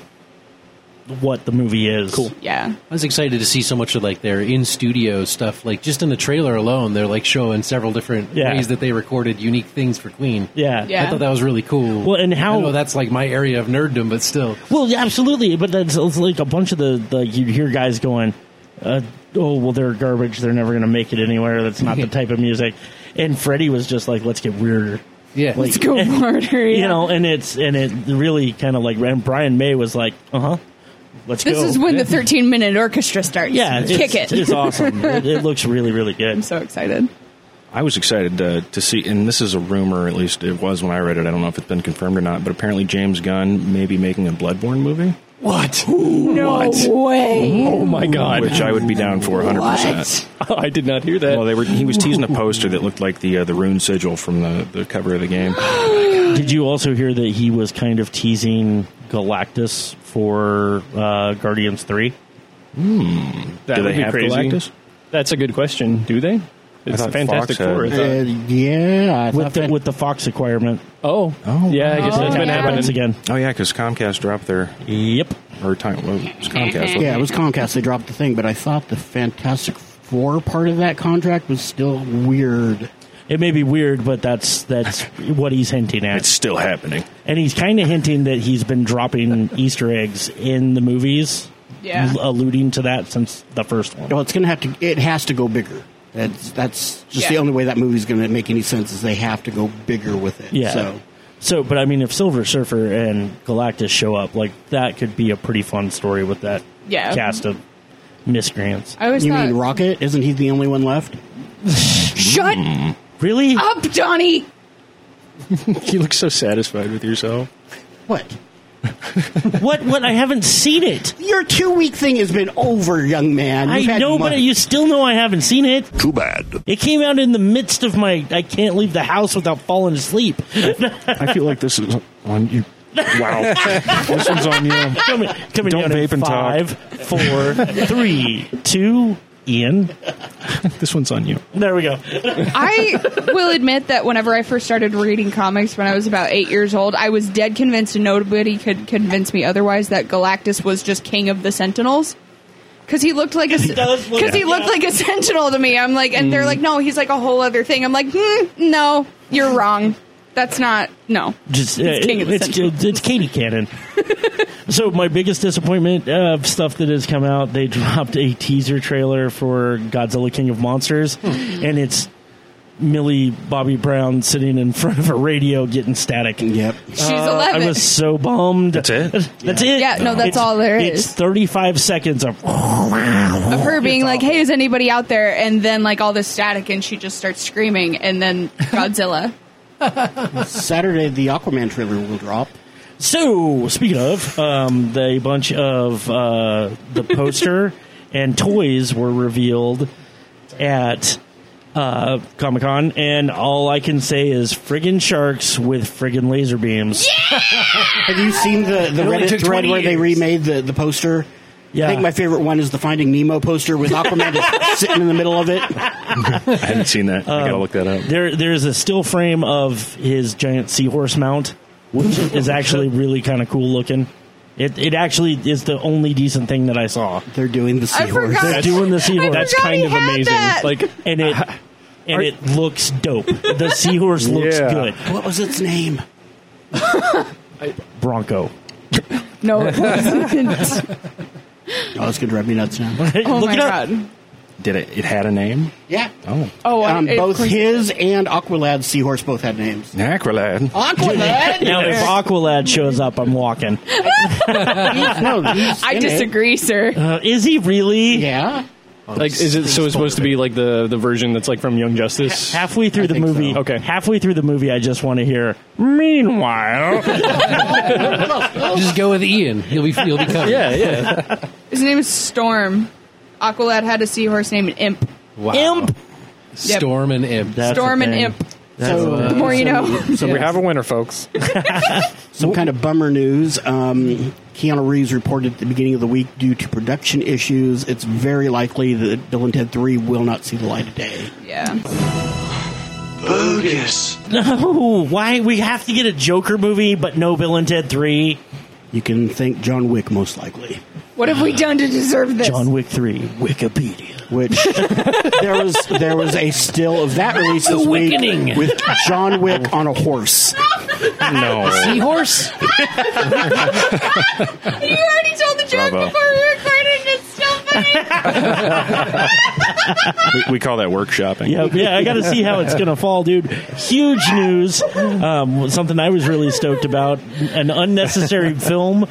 S3: what the movie is. Cool.
S2: Yeah.
S5: I was excited to see so much of like their in studio stuff. Like just in the trailer alone, they're like showing several different
S3: Yeah.
S5: ways that they recorded unique things for Queen.
S3: Yeah.
S2: Yeah.
S5: I thought that was really cool.
S3: Well, and how-
S5: I know that's like my area of nerddom, but still,
S3: Well, yeah, absolutely. But that's it's like a bunch of the, the you hear guys going, uh, "Oh, well, they're garbage. They're never going to make it anywhere. That's not the type of music." And Freddie was just like, "Let's get weirder."
S5: yeah.
S3: Like,
S2: Let's go harder. Yeah.
S3: You know, and it's and it really kind of like and Brian May was like, "Uh huh, let's
S2: this
S3: go."
S2: is when the 13 minute orchestra starts.
S3: yeah, it's,
S2: kick it.
S3: It's awesome. it, it looks really, really
S2: I'm
S3: good.
S2: so excited.
S4: I was excited uh, to see, and this is a rumor, at least it was when I read it. I don't know if it's been confirmed or not, but apparently James Gunn may be making a Bloodborne movie,
S6: What?
S2: No way.
S6: Oh my god!
S4: which I would be down for 100. percent
S6: Oh, I did not hear that.
S4: Well, they were. He was teasing a poster that looked like the uh, the rune sigil from the, the cover of the game.
S3: Did you also hear that he was kind of teasing Galactus for uh, Guardians Three?
S6: that
S4: Do
S6: would
S4: they
S6: be
S4: have
S6: crazy.
S4: Galactus?
S6: That's a good question. Do they? It's
S4: thought Fox
S6: Fantastic
S4: had-
S6: Four. I thought.
S1: Uh, yeah. I
S3: With
S1: thought
S3: the,
S1: that-
S3: with the Fox acquirement,
S6: oh,
S4: Oh,
S6: yeah. I guess
S2: Oh,
S6: that's been
S2: yeah.
S6: happening.
S3: once again.
S4: Oh yeah, because Comcast dropped their
S3: Yep.
S4: or time. Well, it was
S2: Mm-hmm.
S4: Comcast.
S1: yeah, it was Comcast. They dropped the thing, but I thought the Fantastic Four part of that contract was still weird.
S3: It may be weird, but that's that's what he's hinting at,
S4: It's still happening.
S3: and he's kind of hinting that he's been dropping Easter eggs in the movies,
S2: Yeah.
S3: l- alluding to that since the first one.
S1: Well, it's going to have to. It has to go bigger. That's that's just the
S2: Yeah.
S1: only way that movie's going to make any sense is they have to go bigger with it.
S3: Yeah.
S1: So
S3: So, but I mean, if Silver Surfer and Galactus show up, like that could be a pretty fun story with that
S2: Yeah. Uh,
S3: cast of miscreants.
S2: I always
S1: you
S2: thought.
S1: mean Rocket? Isn't he the only one left?
S2: Shut
S3: Really?
S2: up, Donnie.
S4: you look so satisfied with yourself.
S1: What?
S3: what? What? I haven't seen it.
S1: Your two week thing has been over, young man. You've
S3: I
S1: had
S3: know, but
S1: months.
S3: you still know I haven't seen it.
S8: Too bad.
S3: It came out in the midst of my. I can't leave the house without falling asleep.
S4: I feel like this is on you. Wow, this one's on you.
S3: coming, coming
S4: Don't
S3: down in
S4: vape and talk.
S3: five, four, three, two. Ian,
S4: This one's on you.
S3: there we go.
S2: I will admit that whenever I first started reading comics when I was about eight years old, I was dead convinced, and nobody could convince me otherwise, that Galactus was just king of the Sentinels. Because he looked like a
S3: does look-
S2: because he looked like a sentinel to me. I'm like, and
S3: Mm.
S2: they're like, no, he's like a whole other thing. I'm like, hmm, no, you're wrong. That's not no.
S3: Just uh,
S2: He's king of the
S3: it's,
S2: Sentinels.
S3: it's Katie Cannon. so my biggest disappointment of stuff that has come out, they dropped a teaser trailer for Godzilla King of Monsters,
S2: Hmm.
S3: and it's Millie Bobby Brown sitting in front of a radio getting static.
S1: Yep.
S2: She's
S3: Uh,
S2: eleven.
S3: I was so bummed. That's
S4: it?
S3: That's it.
S2: Yeah, no, that's
S3: It's-
S2: all there
S3: it's
S2: is.
S3: 35 seconds of.
S2: of her being like, "Hey, is anybody out there?" And then like all this static, and she just starts screaming, and then Godzilla.
S1: Saturday, the Aquaman trailer will drop.
S3: So, speaking of, um, the bunch of uh, the poster and toys were revealed at uh, Comic Con, and all I can say is friggin' sharks with friggin' laser beams.
S1: Have you seen the, the
S5: only
S1: Reddit
S5: took
S1: thread
S5: 20
S1: where they
S5: years.
S1: remade the, the poster?
S3: Yeah.
S1: I think my favorite one is the Finding Nemo poster with Aquaman just sitting in the middle of it.
S4: I hadn't seen that. I gotta look that up.
S3: There, there's a still frame of his giant seahorse mount, which is actually really kind of cool looking. It, it actually is the only decent thing that I saw.
S1: They're doing the
S2: I
S1: seahorse.
S2: forgot.
S3: They're doing the seahorse.
S2: I
S3: That's
S2: forgot
S6: kind
S2: he
S6: of
S2: had
S6: amazing.
S2: that.
S6: Like
S3: and it and it looks dope. The seahorse looks
S4: Yeah.
S3: good.
S1: What was its name?
S3: Bronco.
S2: no,
S3: Um,
S2: it wasn't.
S1: Oh, it's going to drive me nuts now.
S2: oh
S3: Look
S2: my
S3: it up.
S2: god!
S4: Did it? It had a name.
S1: Yeah.
S4: Oh,
S2: Oh, I-
S1: Um,
S2: it- of
S1: both
S2: course-
S1: his and Aqualad's seahorse both had names.
S4: Aqualad.
S1: Aqualad?
S3: Now, if Aqualad shows up, I'm walking.
S1: no, he's
S2: I
S1: in it.
S2: disagree, sir.
S3: Uh, is he really?
S1: Yeah.
S6: Like, is it so? It's supposed to be like the the version that's like from Young Justice.
S3: halfway through the movie.
S6: so. Okay.
S3: halfway through the movie, I just want to hear. Meanwhile,
S5: Just go with Ian. You'll be you'll be covered.
S6: yeah, yeah.
S2: His name is Storm. Aqualad had a seahorse named Imp.
S5: Wow.
S3: Imp.
S5: Storm and imp.
S3: That's
S2: Storm
S3: the
S2: and
S3: thing.
S2: Imp.
S3: That's
S1: So-
S3: the
S2: The more you know.
S1: So
S7: We have a winner, folks.
S1: some kind of bummer news. Um, Keanu Reeves reported at the beginning of the week due to production issues. It's very likely that Bill and Ted 3 will not see the light of day.
S2: yeah.
S3: No, Oh, why we have to get a Joker movie, but no Bill and Ted Three,
S1: You can thank John Wick, most likely.
S2: What have we done to deserve this?
S3: John Wick Three, Wikipedia.
S1: Which there was there was a still of that release this week
S3: Awakening.
S1: with John Wick on a horse.
S6: No,
S5: Seahorse.
S2: you already told the joke
S4: Bravo.
S2: before we recorded. It's still funny.
S4: we, we call that workshopping.
S3: Yeah, yeah. I got to see how it's gonna fall, dude. Huge news. Um, something I was really stoked about. An unnecessary film,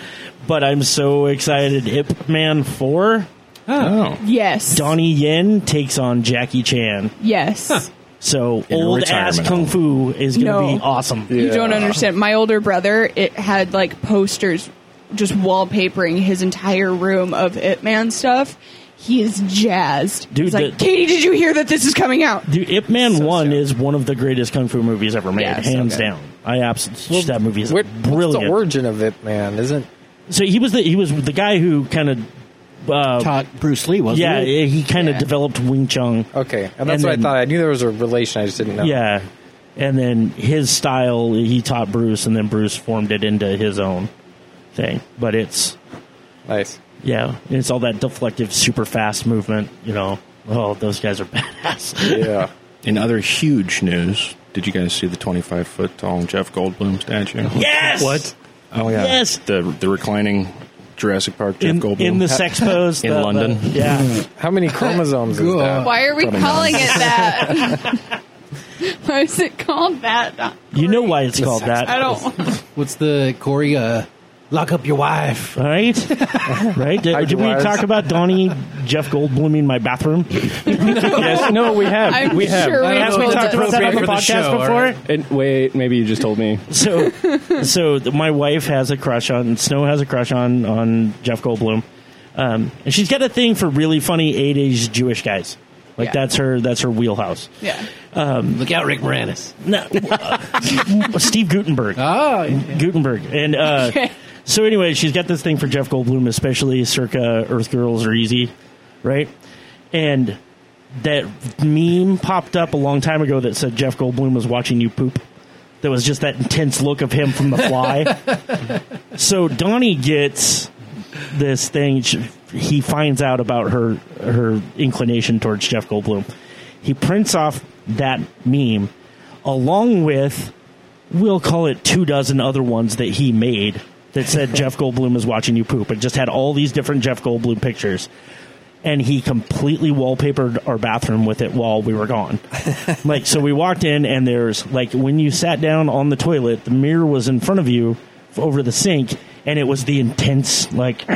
S3: but I'm so excited. Ip Man Four.
S4: Oh.
S2: yes.
S3: Donnie Yen takes on Jackie Chan.
S2: Yes.
S3: So
S4: In a
S3: old ass
S4: retirement
S3: kung fu is gonna
S2: No.
S3: be awesome.
S2: You don't understand. My older brother, it had like posters just wallpapering his entire room of It Man stuff. He is jazzed.
S3: Dude,
S2: He's like,
S3: the-
S2: Katie, did you hear that this is coming out?
S3: Dude, Ip Man One is one of the greatest kung fu movies ever made,
S2: Yes,
S3: hands
S2: okay.
S3: down. I absolutely that movie is
S7: What-
S3: brilliant.
S7: What's the origin of it, man? Isn't
S3: so he was the he was the guy who kind of uh,
S1: Taught Bruce Lee, wasn't
S3: yeah
S1: it?
S3: he kind of
S2: Yeah.
S3: developed Wing Chun.
S7: okay?
S3: And
S7: And that's what
S3: then-
S7: I thought. I knew there was a relation. I just didn't know.
S3: Yeah, and then his style he taught Bruce, and then Bruce formed it into his own thing. But it's
S7: Nice.
S3: yeah, it's all that deflective, super fast movement. You know, oh those guys are badass.
S7: Yeah.
S4: In other huge news, did you guys see the 25 foot tall Jeff Goldblum statue?
S3: Yes. What?
S4: Oh yeah.
S3: Yes.
S4: The the reclining Jurassic Park Jeff
S3: In,
S4: Goldblum
S3: in the sex pose
S4: in
S3: the- the-
S4: London.
S3: yeah,
S7: How many chromosomes is that?
S2: Why are we calling it that? Why is it called that?
S3: you know why it's called that.
S2: I don't.
S5: What's the Corey? Uh, lock up your wife.
S3: Right, right. Did, did we
S7: Likewise.
S3: talk about Donnie Jeff Goldblum in my bathroom?
S6: yes, no, we have,
S2: I'm
S6: we have.
S2: sure we
S5: That's
S2: told
S5: what
S2: it.
S5: talked about
S3: that on the
S5: appropriate for the
S3: podcast
S5: show,
S3: before.
S5: alright.
S6: And wait, maybe you just told me.
S3: So, so th- my wife has a crush on Snow has a crush on on Jeff Goldblum, um, and she's got a thing for really funny '80s Jewish guys. Like
S2: Yeah.
S3: that's her that's her wheelhouse.
S2: Yeah.
S5: Look out, Rick Moranis.
S3: No, uh, Steve Gutenberg.
S5: Oh,
S3: Gutenberg. And uh,
S2: Ah, Okay.
S3: so anyway, she's got this thing for Jeff Goldblum, especially circa Earth Girls Are Easy, right? And that meme popped up a long time ago that said Jeff Goldblum was watching you poop. There was just that intense look of him from the fly. so Donnie gets this thing. She- He finds out about her her inclination towards Jeff Goldblum. He prints off that meme along with we'll call it two dozen other ones that he made that said Jeff Goldblum is watching you poop. It just had all these different Jeff Goldblum pictures. And he completely wallpapered our bathroom with it while we were gone. like, so we walked in, and there's like when you sat down on the toilet, the mirror was in front of you f- over the sink, and it was the intense, like,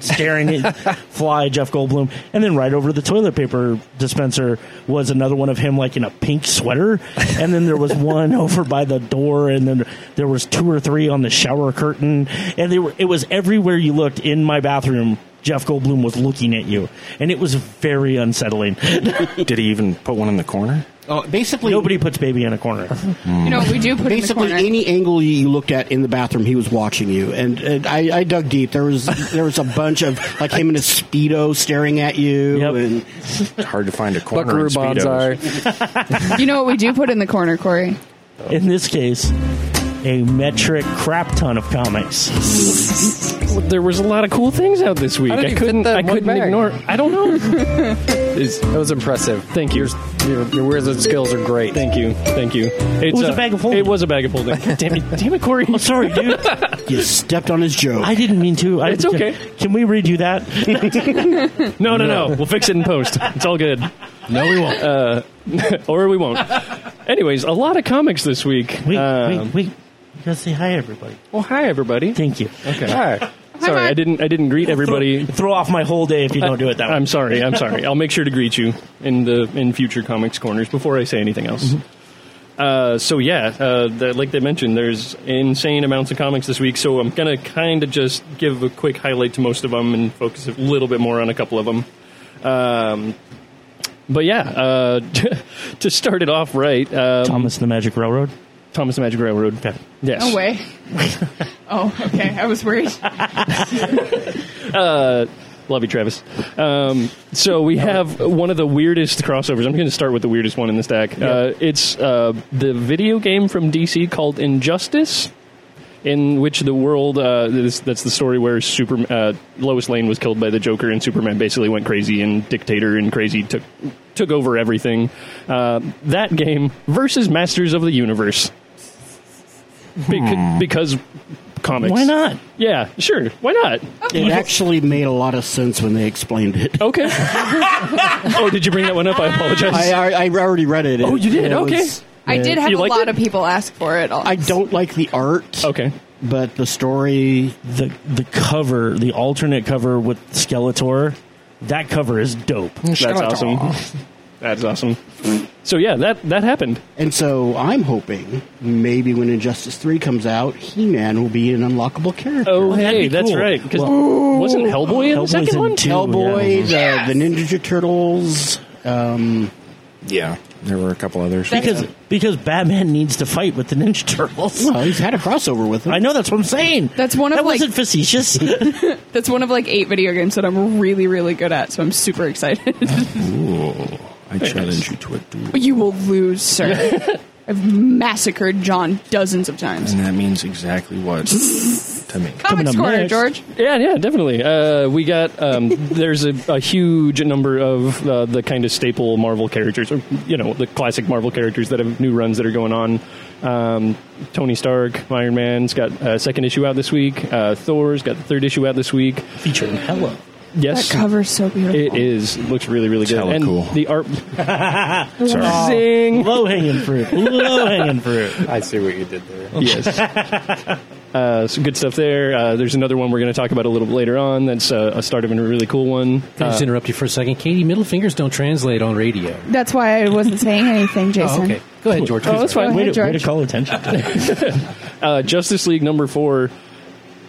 S3: staring at fly Jeff Goldblum. And then right over the toilet paper dispenser was another one of him like in a pink sweater. And then there was one over by the door and then there was two or three on the shower curtain. And they were it was everywhere you looked in my bathroom. Jeff Goldblum was looking at you, and it was very unsettling.
S4: Did he even put one in the corner?
S1: Oh, basically,
S3: Nobody puts baby in a corner.
S2: You know, we do put it in the
S1: basically
S2: corner.
S1: any angle you looked at in the bathroom, he was watching you. And, and I, I dug deep. There was there was a bunch of like him in a speedo staring at you.
S3: Yep.
S1: And
S4: It's hard to find a corner.
S7: Buckaroo
S4: in Speedos.
S7: bonsai.
S2: you know what we do put in the corner, Corey?
S3: In this case, a metric crap ton of comics.
S6: There was a lot of cool things out this week.
S7: How did
S6: I
S7: you fit
S6: couldn't.
S7: that
S6: I
S7: one
S6: couldn't
S7: bag?
S6: ignore. I don't know. It's-
S7: That was impressive.
S6: thank you.
S7: Your, your wizard skills are great.
S6: Thank you. Thank you. It's
S3: was a bag of holding.
S6: It was a bag of holding. damn it! Damn it, Corey.
S3: Oh, sorry, dude.
S1: you stepped on his joke.
S3: I didn't mean to. I,
S6: It's okay.
S3: Can, can we redo that?
S6: No, no, no. We'll fix it in post. It's all good. Uh,
S5: no, we won't.
S6: Or we won't. Anyways, a lot of comics this week.
S3: Wait,
S6: Um,
S3: wait, wait. You gotta say hi, everybody.
S6: Well, hi everybody.
S3: Thank you.
S7: Hi.
S6: Sorry, I didn't. I didn't greet everybody.
S3: Throw, throw off my whole day if you don't do it that way.
S6: I'm sorry. I'm sorry. I'll make sure to greet you in the in future comics corners before I say anything else.
S3: Mm-hmm.
S6: Uh, so yeah, uh, the, like they mentioned, there's insane amounts of comics this week. So I'm gonna kind of just give a quick highlight to most of them and focus a little bit more on a couple of them. Um, but yeah, uh, to start it off right, uh,
S3: Thomas the Magic Railroad.
S6: Thomas the Magic Railroad.
S3: Okay.
S6: Yes.
S2: No way. oh, okay. I was worried.
S6: Love you, Travis. Um, so we have one of the weirdest crossovers. I'm going to start with the weirdest one in the stack. Uh, it's uh, the video game from DC called Injustice, in which the world uh, this, that's the story where Super uh, Lois Lane was killed by the Joker, and Superman basically went crazy and dictator and crazy took took over everything. Uh, that game versus Masters of the Universe, Beca- because comics.
S3: Hmm. Why not?
S6: Yeah, sure. Why not?
S1: It actually made a lot of sense when they explained it.
S6: Okay. oh, did you bring that one up? I uh, apologize.
S1: I, I, I already read it.
S6: Oh, you did?
S1: It was-
S6: Okay.
S2: I did have a
S6: You liked
S2: lot
S6: it?
S2: of people ask for it.
S1: I don't like the art,
S6: okay.
S1: but the story.
S3: The the cover, the alternate cover with Skeletor, that cover is dope.
S6: That's awesome. That's awesome. So yeah, that that happened.
S1: And so I'm hoping maybe when Injustice 3 comes out, He Man will be an unlockable character.
S6: Oh, hey,
S3: be
S6: that's
S3: cool.
S6: right. Because wasn't Hellboy in the
S3: Hellboy's
S6: second
S3: in
S6: one?
S3: two.
S1: Hellboy,
S2: yeah.
S1: the, the Ninja Turtles. Um,
S4: Yeah, there were a couple others.
S3: Because because Batman needs to fight with the Ninja Turtles.
S1: well, Oh, he's had a crossover with him.
S3: I know that's what I'm saying.
S2: That's one of,
S3: that
S2: like-
S3: wasn't facetious.
S2: That's one of like eight video games that I'm really, really good at, so I'm super excited.
S4: Ooh, Oh, I challenge you to a duel,
S2: But you will lose, sir. I've massacred John dozens of times.
S4: and that means exactly what to me.
S2: Comics
S3: up
S2: corner,
S3: next.
S2: George.
S6: Yeah, yeah, definitely. Uh, we got um, there's a, a huge number of uh, the kind of staple Marvel characters, or you know, the classic Marvel characters that have new runs that are going on. Um, Tony Stark, Iron Man's got a second issue out this week. Uh, Thor's got the third issue out this week.
S3: Featuring Hella.
S2: That
S6: Yes,
S2: cover's so beautiful.
S6: it is. It looks really, really good.
S4: hella
S6: and
S4: cool.
S6: the art.
S4: Sorry.
S6: Zing.
S3: Low hanging fruit. Low hanging fruit.
S7: I see what you did there.
S6: yes. uh, some good stuff there. Uh, there's another one we're going to talk about a little bit later on. That's uh, a start of a really cool one.
S5: Can I just interrupt you for a second? Katie, middle fingers don't translate on radio.
S2: That's why I wasn't saying anything, Jason.
S5: Oh, okay. Go ahead, George.
S6: Oh, that's
S5: Sorry.
S6: fine.
S2: Go
S3: Way
S2: ahead,
S3: to, way to
S2: George.
S3: call attention to it.
S6: Uh, Justice League number four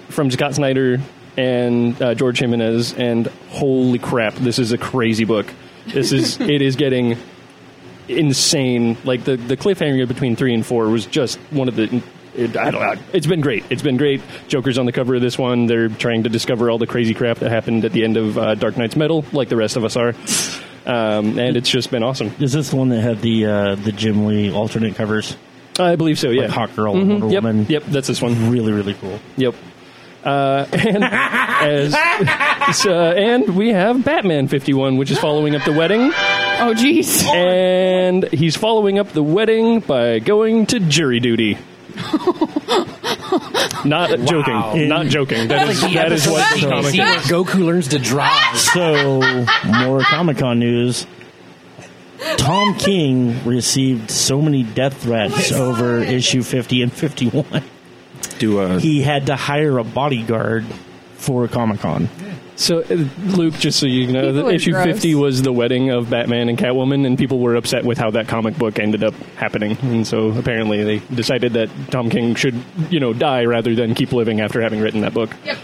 S6: from Scott Snyder and uh, George Jimenez. And holy crap, this is a crazy book. This is it is getting insane. Like the the cliffhanger between three and four was just one of the. It, I don't know. It's been great. It's been great. Joker's on the cover of this one. They're trying to discover all the crazy crap that happened at the end of uh, Dark Knight's Metal, like the rest of us are. Um, and it's just been awesome.
S3: Is this the one that had the uh, the Jim Lee alternate covers?
S6: I believe so. Oh, Yeah,
S3: Like Hawk Girl
S2: Mm-hmm.
S3: and Wonder
S6: yep,
S3: Woman.
S6: Yep, that's this one.
S3: Really, really cool.
S6: Yep. Uh, and, as- so, and we have Batman 51, which is following up the wedding.
S2: Oh, jeez.
S6: And he's following up the wedding by going to jury duty. Not joking. Not joking. That is, that is what the comic
S5: where Goku learns to drive.
S3: So, more Comic Con news. Tom King received so many death threats
S2: Oh
S3: over issue 50 and 51.
S4: Do a
S3: He had to hire a bodyguard for Comic Con.
S6: So, uh, Luke, just so you know,
S2: People
S6: the
S2: are
S6: issue
S2: gross.
S6: 50 was the wedding of Batman and Catwoman, and people were upset with how that comic book ended up happening. And so, apparently, they decided that Tom King should, you know, die rather than keep living after having written that book.
S2: Yep.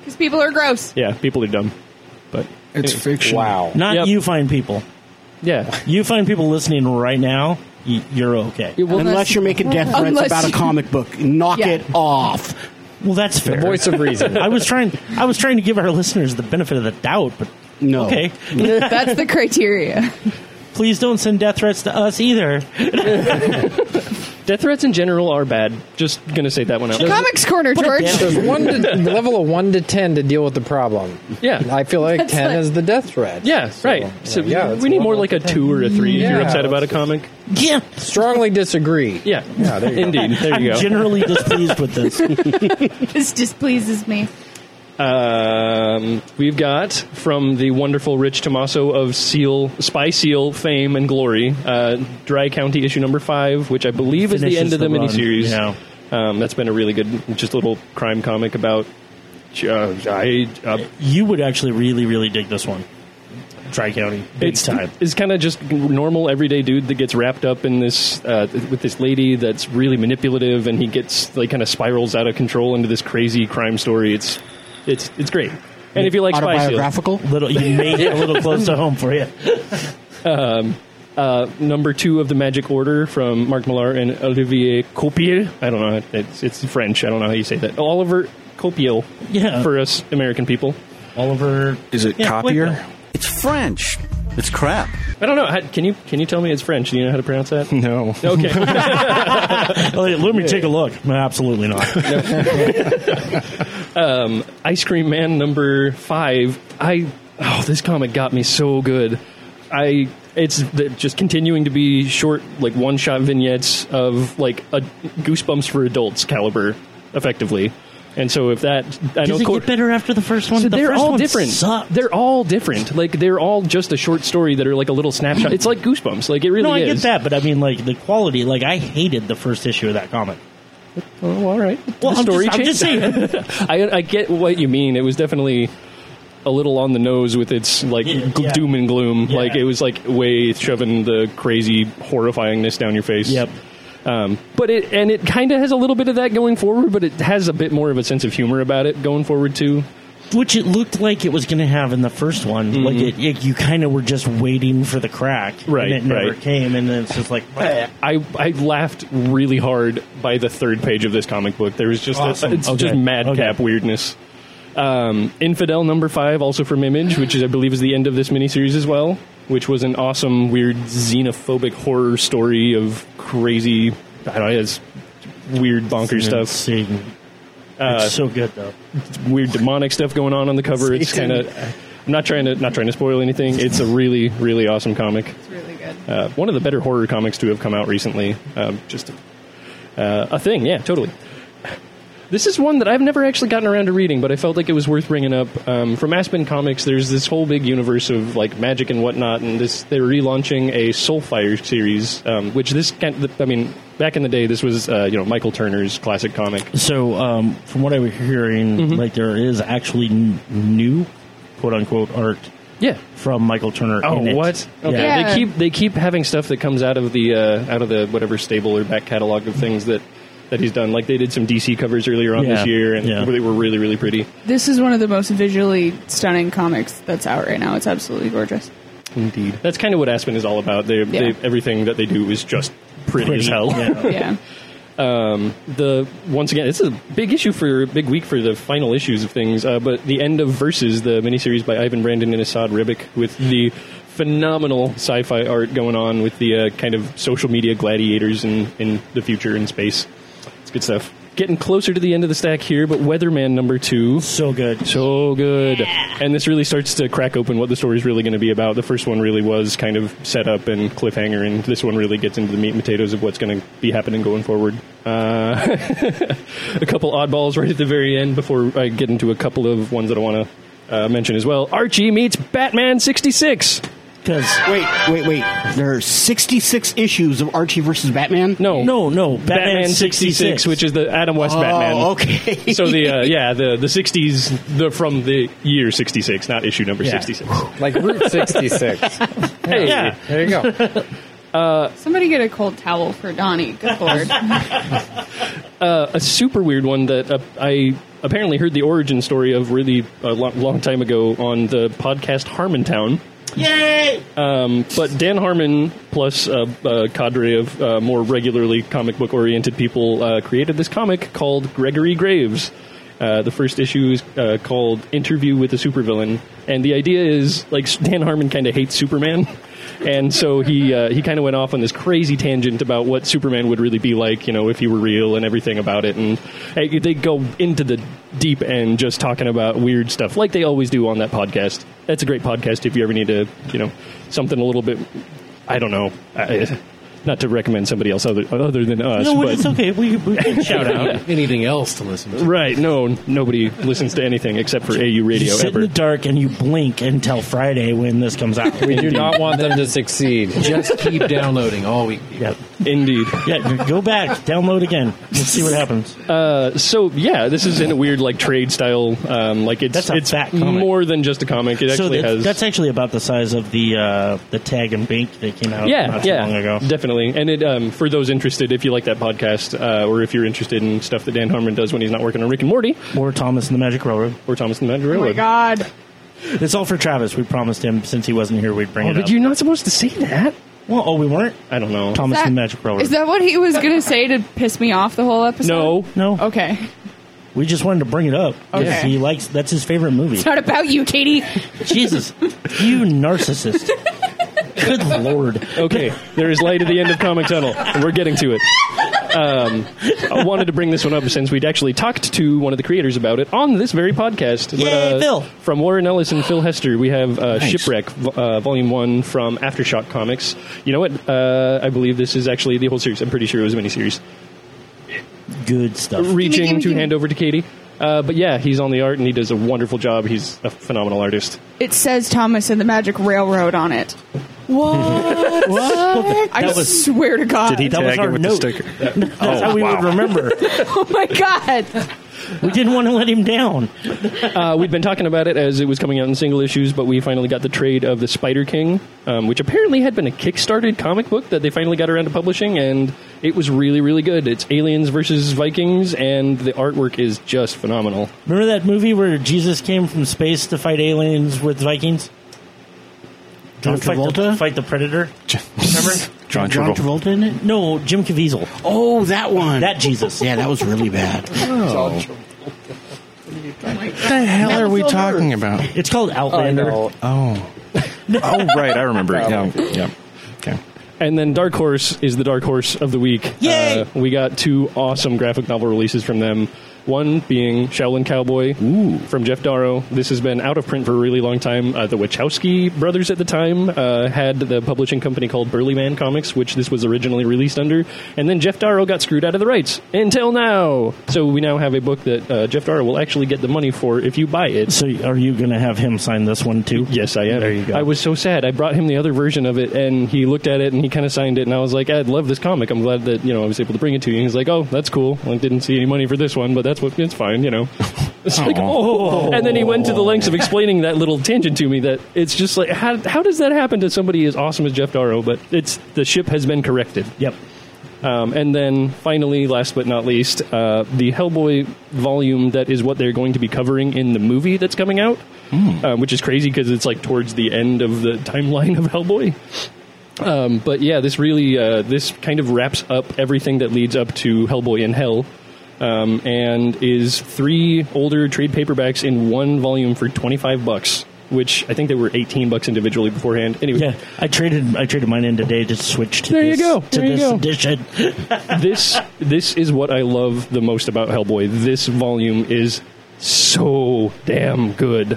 S2: Because people are gross.
S6: Yeah, people are dumb. But,
S4: it's fiction.
S7: Wow.
S3: Not
S6: Yep.
S3: you find people.
S6: yeah.
S3: You find people listening right now, y- you're okay.
S1: Unless, you're making death threats
S2: Unless
S1: about a
S2: you-
S1: comic book, knock
S2: Yeah.
S1: it off.
S3: Well, that's fair.
S7: Voice of reason.
S3: I was trying. I was trying to give our listeners the benefit of the doubt, but
S1: No.
S3: okay.
S2: That's the criteria.
S3: Please don't send death threats to us either.
S6: Death threats in general are bad. Just going to say that one out.
S2: Comics corner,
S3: Put it
S2: George.
S3: down.
S7: There's one to, level of one to ten to deal with the problem.
S6: Yeah.
S7: I feel like
S2: That's
S7: ten
S2: like-
S7: is the death threat.
S6: Yeah, right. So,
S7: yeah, that's
S6: we need
S7: one
S6: more
S7: out
S6: like a
S7: of ten.
S6: two or a three if you're
S7: Yeah,
S6: upset about a
S7: that's-
S6: comic.
S3: Yeah,
S7: Strongly disagree.
S6: Yeah.
S7: Yeah, there you go.
S6: Indeed. There you
S3: I'm
S6: go.
S3: generally displeased with this.
S2: This displeases me.
S6: Um, we've got from the wonderful Rich Tomaso of Seal, Spy Seal fame and glory, uh, Dry County issue number five, which I believe is the
S3: Finishes
S6: end of the,
S3: the run,
S6: miniseries.
S3: yeah.
S6: Um, that's been a really good, just a little crime comic about Uh, I, uh,
S3: You would actually really, really dig this one. Tri County, big
S6: it's
S3: time.
S6: It's kind of just normal everyday dude that gets wrapped up in this uh, with this lady that's really manipulative, and he gets like kind of spirals out of control into this crazy crime story. It's it's it's great. And if you like Spy Seal,
S1: autobiographical.
S3: Little, you made it a little close to home for you.
S6: number two of the Magic Order from Mark Millar and Olivier Copiel. I don't know. It's it's French. I don't know how you say that. Oliver Copiel.
S3: Yeah.
S6: For us American people.
S3: Oliver,
S4: Is it
S3: Yeah,
S4: copier?
S3: Waco.
S8: It's French. It's crap.
S6: I don't know. How, can you can you tell me it's French? Do you know how to pronounce that?
S4: No.
S6: Okay.
S3: Oh, yeah, let me take a look. No, absolutely not.
S6: Ice Cream Man number five. I oh, this comic got me so good. I it's th- just continuing to be short, like one shot vignettes of like a Goosebumps for adults caliber, effectively. And so if that I know
S3: Does it
S6: Cor-
S3: get better after the first one?
S6: so
S3: the
S6: they're
S3: first
S6: all
S3: one
S6: different.
S3: sucked.
S6: They're all different. Like they're all just a short story that are like a little snapshot. It's like Goosebumps. Like it really
S3: no, I get
S6: is.
S3: that, but I mean, like the quality. Like I hated the first issue of that comic.
S6: Oh, all right.
S3: Well,
S6: the
S3: I'm
S6: story
S3: just- I'm just
S6: changed. I, I get what you mean. It was definitely a little on the nose with its like
S3: Yeah,
S6: gl-
S3: yeah.
S6: doom and gloom.
S3: Yeah.
S6: Like it was like way shoving the crazy horrifyingness down your face.
S3: Yep.
S6: Um, but it and it kind of has a little bit of that going forward, but it has a bit more of a sense of humor about it going forward too.
S3: Which it looked like it was going to have in the first one.
S6: Mm-hmm.
S3: Like it, it, you kind of were just waiting for the crack,
S6: Right,
S3: And it never
S6: right.
S3: came, and then it's just like
S6: I I laughed really hard by the third page of this comic book. There was just
S3: Awesome.
S6: a, it's
S3: Okay.
S6: just madcap
S3: Okay.
S6: weirdness. Um, Infidel number five, also from Image, which is I believe is the end of this miniseries as well, which was an awesome, weird xenophobic horror story of crazy, I don't know, it's weird bonkers stuff, Uh,
S3: Seeing. it's so good though.
S6: weird demonic stuff going on on the cover. It's kind of I'm not trying to not trying to spoil anything. It's a really really awesome comic
S2: It's really good.
S6: uh, one of the better horror comics to have come out recently. Um, just uh, a thing, yeah, totally. This is one that I've never actually gotten around to reading, but I felt like it was worth bringing up. Um, from Aspen Comics, there's this whole big universe of like magic and whatnot, and this they're relaunching a Soulfire series, um, which this can I mean, back in the day, this was uh, you know Michael Turner's classic comic.
S3: So, um, from what I was hearing,
S6: Mm-hmm.
S3: like there is actually n- new, quote unquote, art
S6: Yeah.
S3: from Michael Turner.
S6: Oh,
S3: in it.
S6: what? Okay.
S3: Yeah.
S2: Yeah.
S6: They keep they keep having stuff that comes out of the uh, out of the whatever stable or back catalog of things that that he's done. Like they did some DC covers earlier on
S3: Yeah.
S6: this year, and
S3: Yeah.
S6: they were really really pretty.
S2: This is one of the most visually stunning comics that's out right now. It's absolutely gorgeous.
S6: Indeed, that's kind of what Aspen is all about.
S2: Yeah.
S6: They, they everything that they do is just pretty,
S3: Pretty
S6: as hell.
S3: Yeah.
S2: Yeah.
S6: um, the once again, it's a big issue for big week for the final issues of things. Uh, but the end of Versus, the miniseries by Ivan Brandon and Assad Ribic, with the phenomenal sci-fi art going on with the uh, kind of social media gladiators in, in the future in space. It's good stuff. Getting closer to the end of the stack here, but Weatherman number two.
S3: So good.
S6: So good. And this really starts to crack open what the story's really going to be about. The first one really was kind of set up and cliffhanger, and this one really gets into the meat and potatoes of what's going to be happening going forward. Uh, a couple oddballs right at the very end before I get into a couple of ones that I want to uh, mention as well. Archie meets Batman 66.
S3: Because
S1: Wait, wait, wait. There are 66 issues of Archie versus Batman?
S6: No.
S3: no, no, Batman,
S6: Batman, 66,
S3: 66,
S6: which is the Adam West
S1: Oh,
S6: Batman.
S1: okay.
S6: so the uh, yeah the the 60s the from the year 66 not issue number
S3: Yeah.
S6: 66
S7: Like Route 66.
S6: hey
S3: Yeah.
S7: There you go.
S2: Somebody get a cold towel for Donnie. Good lord.
S6: a super weird one that uh, I apparently heard the origin story of really a long, long time ago on the podcast Harmontown.
S3: yay!
S6: Um, but Dan Harmon plus a, a cadre of uh, more regularly comic book oriented people uh, created this comic called Gregory Graves. Uh, the first issue is uh, called Interview with a Supervillain, and the idea is like Dan Harmon kind of hates Superman, and so he uh, he kind of went off on this crazy tangent about what Superman would really be like, you know, if he were real and everything about it, and uh, they go into the deep end just talking about weird stuff like they always do on that podcast. That's a great podcast if you ever need to, you know, something a little bit. I don't know. I, not to recommend somebody else other other than us,
S3: No,
S6: but
S3: it's okay. We, we can shout out.
S5: Anything else to listen to?
S6: right? No, nobody listens to anything except for AU
S3: You
S6: radio
S3: sit
S6: ever.
S3: in the dark and you blink until Friday when this comes out.
S7: We do not want them to succeed.
S5: Just keep downloading all week.
S3: Yep.
S6: Indeed.
S3: Yeah, go back, download again, and see what happens.
S6: So yeah, this is in a weird like trade style. Um, like it's
S3: That's a
S6: it's
S3: fat comic.
S6: more than just a comic. It
S3: so
S6: actually
S3: that's,
S6: has
S3: that's actually about the size of the uh, the tag and bink that came out
S6: yeah
S3: not
S6: yeah
S3: too long ago.
S6: definitely. And it um, for those interested, if you like that podcast uh, or if you're interested in stuff that Dan Harmon does when he's not working on Rick and Morty
S3: Or Thomas and the Magic Railroad.
S6: or Thomas and the Magic
S2: Oh my
S6: Railroad.
S2: god.
S3: It's all for Travis. We promised him since he wasn't here we'd bring
S6: Oh,
S3: it
S6: but
S3: up.
S6: you're not supposed to say that.
S3: well, oh, we weren't.
S6: I don't know.
S3: Thomas
S2: That-
S3: and the Magic Railroad.
S2: Is that what he was gonna say to piss me off the whole episode?
S6: No,
S3: no,
S2: Okay.
S3: we just wanted to bring it up. 'cause
S2: Okay.
S3: He likes that's his favorite movie.
S2: It's not about you, Katie.
S3: Jesus, you narcissist! Good lord.
S6: Okay, there is light at the end of Comic Tunnel. We're getting to it. Um, I wanted to bring this one up since we'd actually talked to one of the creators about it on this very podcast. uh,
S3: Yay, Phil.
S6: From Warren Ellis and Phil Hester, we have uh, Shipwreck, vo- uh, Volume 1 from Aftershock Comics. You know what? Uh, I believe this is actually the whole series. I'm pretty sure it was a miniseries.
S3: Good stuff.
S6: Reaching
S2: give me,
S6: to
S2: give me.
S6: hand over to Katie. Uh, but yeah, he's on the art and he does a wonderful job. He's a phenomenal artist.
S2: It says Thomas and the Magic Railroad on it.
S3: What?
S2: I
S3: That was
S2: swear to God.
S4: Did he
S3: That was
S4: tag it
S3: our
S4: with
S3: note.
S4: the sticker?
S3: that's how we would remember.
S2: Oh my God.
S3: We didn't want to let him down.
S6: Uh, we'd been talking about it as it was coming out in single issues, but we finally got the trade of the Spider King, um, which apparently had been a kickstarted comic book that they finally got around to publishing, and it was really, really good. It's aliens versus Vikings, and the artwork is just phenomenal.
S3: Remember that movie where Jesus came from space to fight aliens with Vikings?
S1: John
S3: To fight the-
S1: Travolta?
S3: fight the predator. Remember?
S4: John
S1: John
S4: Travolta.
S1: Travolta in it?
S3: No, Jim Caviezel.
S1: Oh, that one.
S3: That Jesus.
S1: yeah, that was really bad.
S4: What the hell are we talking about?
S3: It's called Outlander.
S4: Oh. oh, right. I remember. Yeah. yeah. Okay.
S6: And then Dark Horse is the Dark Horse of the week.
S3: Yay!
S6: Uh, we got two awesome graphic novel releases from them. One being Shaolin Cowboy from Jeff Darrow. This has been out of print for a really long time. Uh, the Wachowski brothers at the time uh, had the publishing company called Burly Man Comics, which this was originally released under. And then Jeff Darrow got screwed out of the rights until now. So we now have a book that uh, Jeff Darrow will actually get the money for if you buy it.
S3: So are you going to have him sign this one too?
S6: Yes, I am.
S3: There you go.
S6: I was so sad. I brought him the other version of it, and he looked at it and he kind of signed it, and I was like, "I'd love this comic. I'm glad that you know I was able to bring it to you." And he's like, "Oh, that's cool. I didn't see any money for this one, but that's what it's fine, you know." It's like, oh. And then he went to the lengths of explaining that little tangent to me that it's just like, how, how does that happen to somebody as awesome as Jeff Darrow? But it's the ship has been corrected.
S3: Yep.
S6: Um, and then finally, last but not least, uh, the Hellboy volume that is what they're going to be covering in the movie that's coming out, uh, which is crazy because it's like towards the end of the timeline of Hellboy. Um, but yeah, this really uh, this kind of wraps up everything that leads up to Hellboy in Hell, um, and is three older trade paperbacks in one volume for twenty five bucks, which I think they were eighteen bucks individually beforehand. Anyway,
S3: Yeah, I traded. I traded mine in today to switch to
S6: There you
S3: this,
S6: go.
S3: to
S6: There you
S3: this
S6: go.
S3: edition.
S6: this this is what I love the most about Hellboy. This volume is so damn good.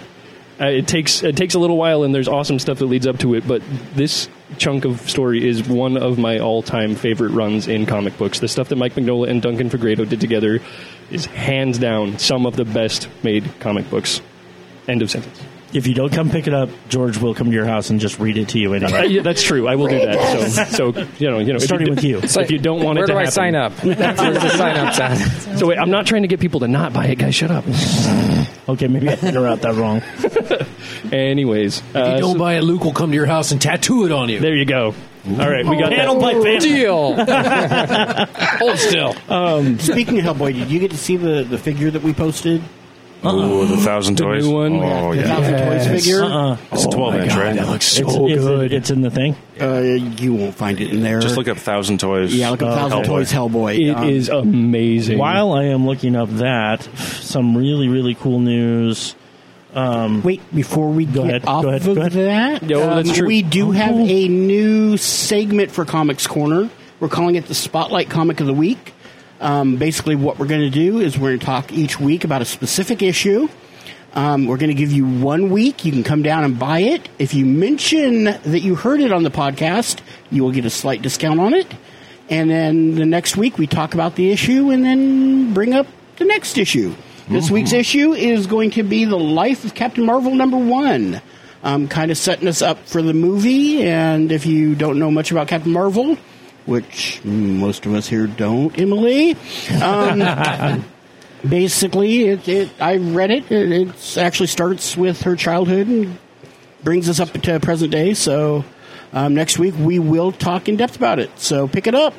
S6: Uh, it takes it takes a little while, and there's awesome stuff that leads up to it. But this chunk of story is one of my all time favorite runs in comic books. The stuff that Mike Mignola and Duncan Fegredo did together is hands down some of the best made comic books. End of sentence.
S3: If you don't come pick it up, George will come to your house and just read it to you
S6: Uh,
S3: anyway.
S6: yeah, that's true. I will do that. So, so you know, you know, if
S3: Starting with you.
S6: If you don't want
S7: where
S6: it to
S7: do I
S6: happen-
S7: sign up? Where's the sign up sign?
S6: So wait, I'm not trying to get people to not buy it, guys. Shut up.
S3: Okay, maybe I figured out that wrong.
S6: Anyways,
S5: If
S6: uh,
S5: you
S6: so-
S5: don't buy it, Luke will come to your house and tattoo it on you.
S6: there you go. All right, we got
S3: Panel
S6: that.
S3: by panel.
S7: Deal.
S5: Hold still.
S1: Speaking of Hellboy, did you get to see the, the figure that we posted?
S4: Oh, the thousand
S6: The
S4: toys.
S6: new one.
S4: Oh
S1: The
S4: yeah. Oh,
S1: Thousand Toys figure?
S3: Uh-uh.
S4: It's a twelve inch, right?
S5: That looks
S3: It's,
S5: so
S3: it's-
S5: Oh, good.
S3: it's in the thing.
S1: Uh, you won't find it in there.
S4: Just look up thousand toys.
S1: Yeah, look up Thousand
S4: Hellboy.
S1: Toys Hellboy.
S6: It
S1: Um,
S6: is amazing.
S3: While I am looking up that, some really really cool news.
S1: Wait, before we go
S3: ahead,
S1: get
S3: go
S1: off
S3: ahead,
S1: of
S3: go ahead.
S1: that, uh,
S6: No, that's true.
S1: we do have a new segment for Comics Corner. We're calling it the Spotlight Comic of the Week. Um, basically, what we're going to do is we're going to talk each week about a specific issue. Um, we're going to give you one week. You can come down and buy it. If you mention that you heard it on the podcast, you will get a slight discount on it. And then the next week, we talk about the issue and then bring up the next issue. This week's issue is going to be The Life of Captain Marvel number one. Um, kind of setting us up for the movie. And if you don't know much about Captain Marvel, which most of us here don't, Emily. Um, basically, it, it, I read it. It it's actually starts with her childhood and brings us up to present day. So um, next week we will talk in depth about it. So pick it up.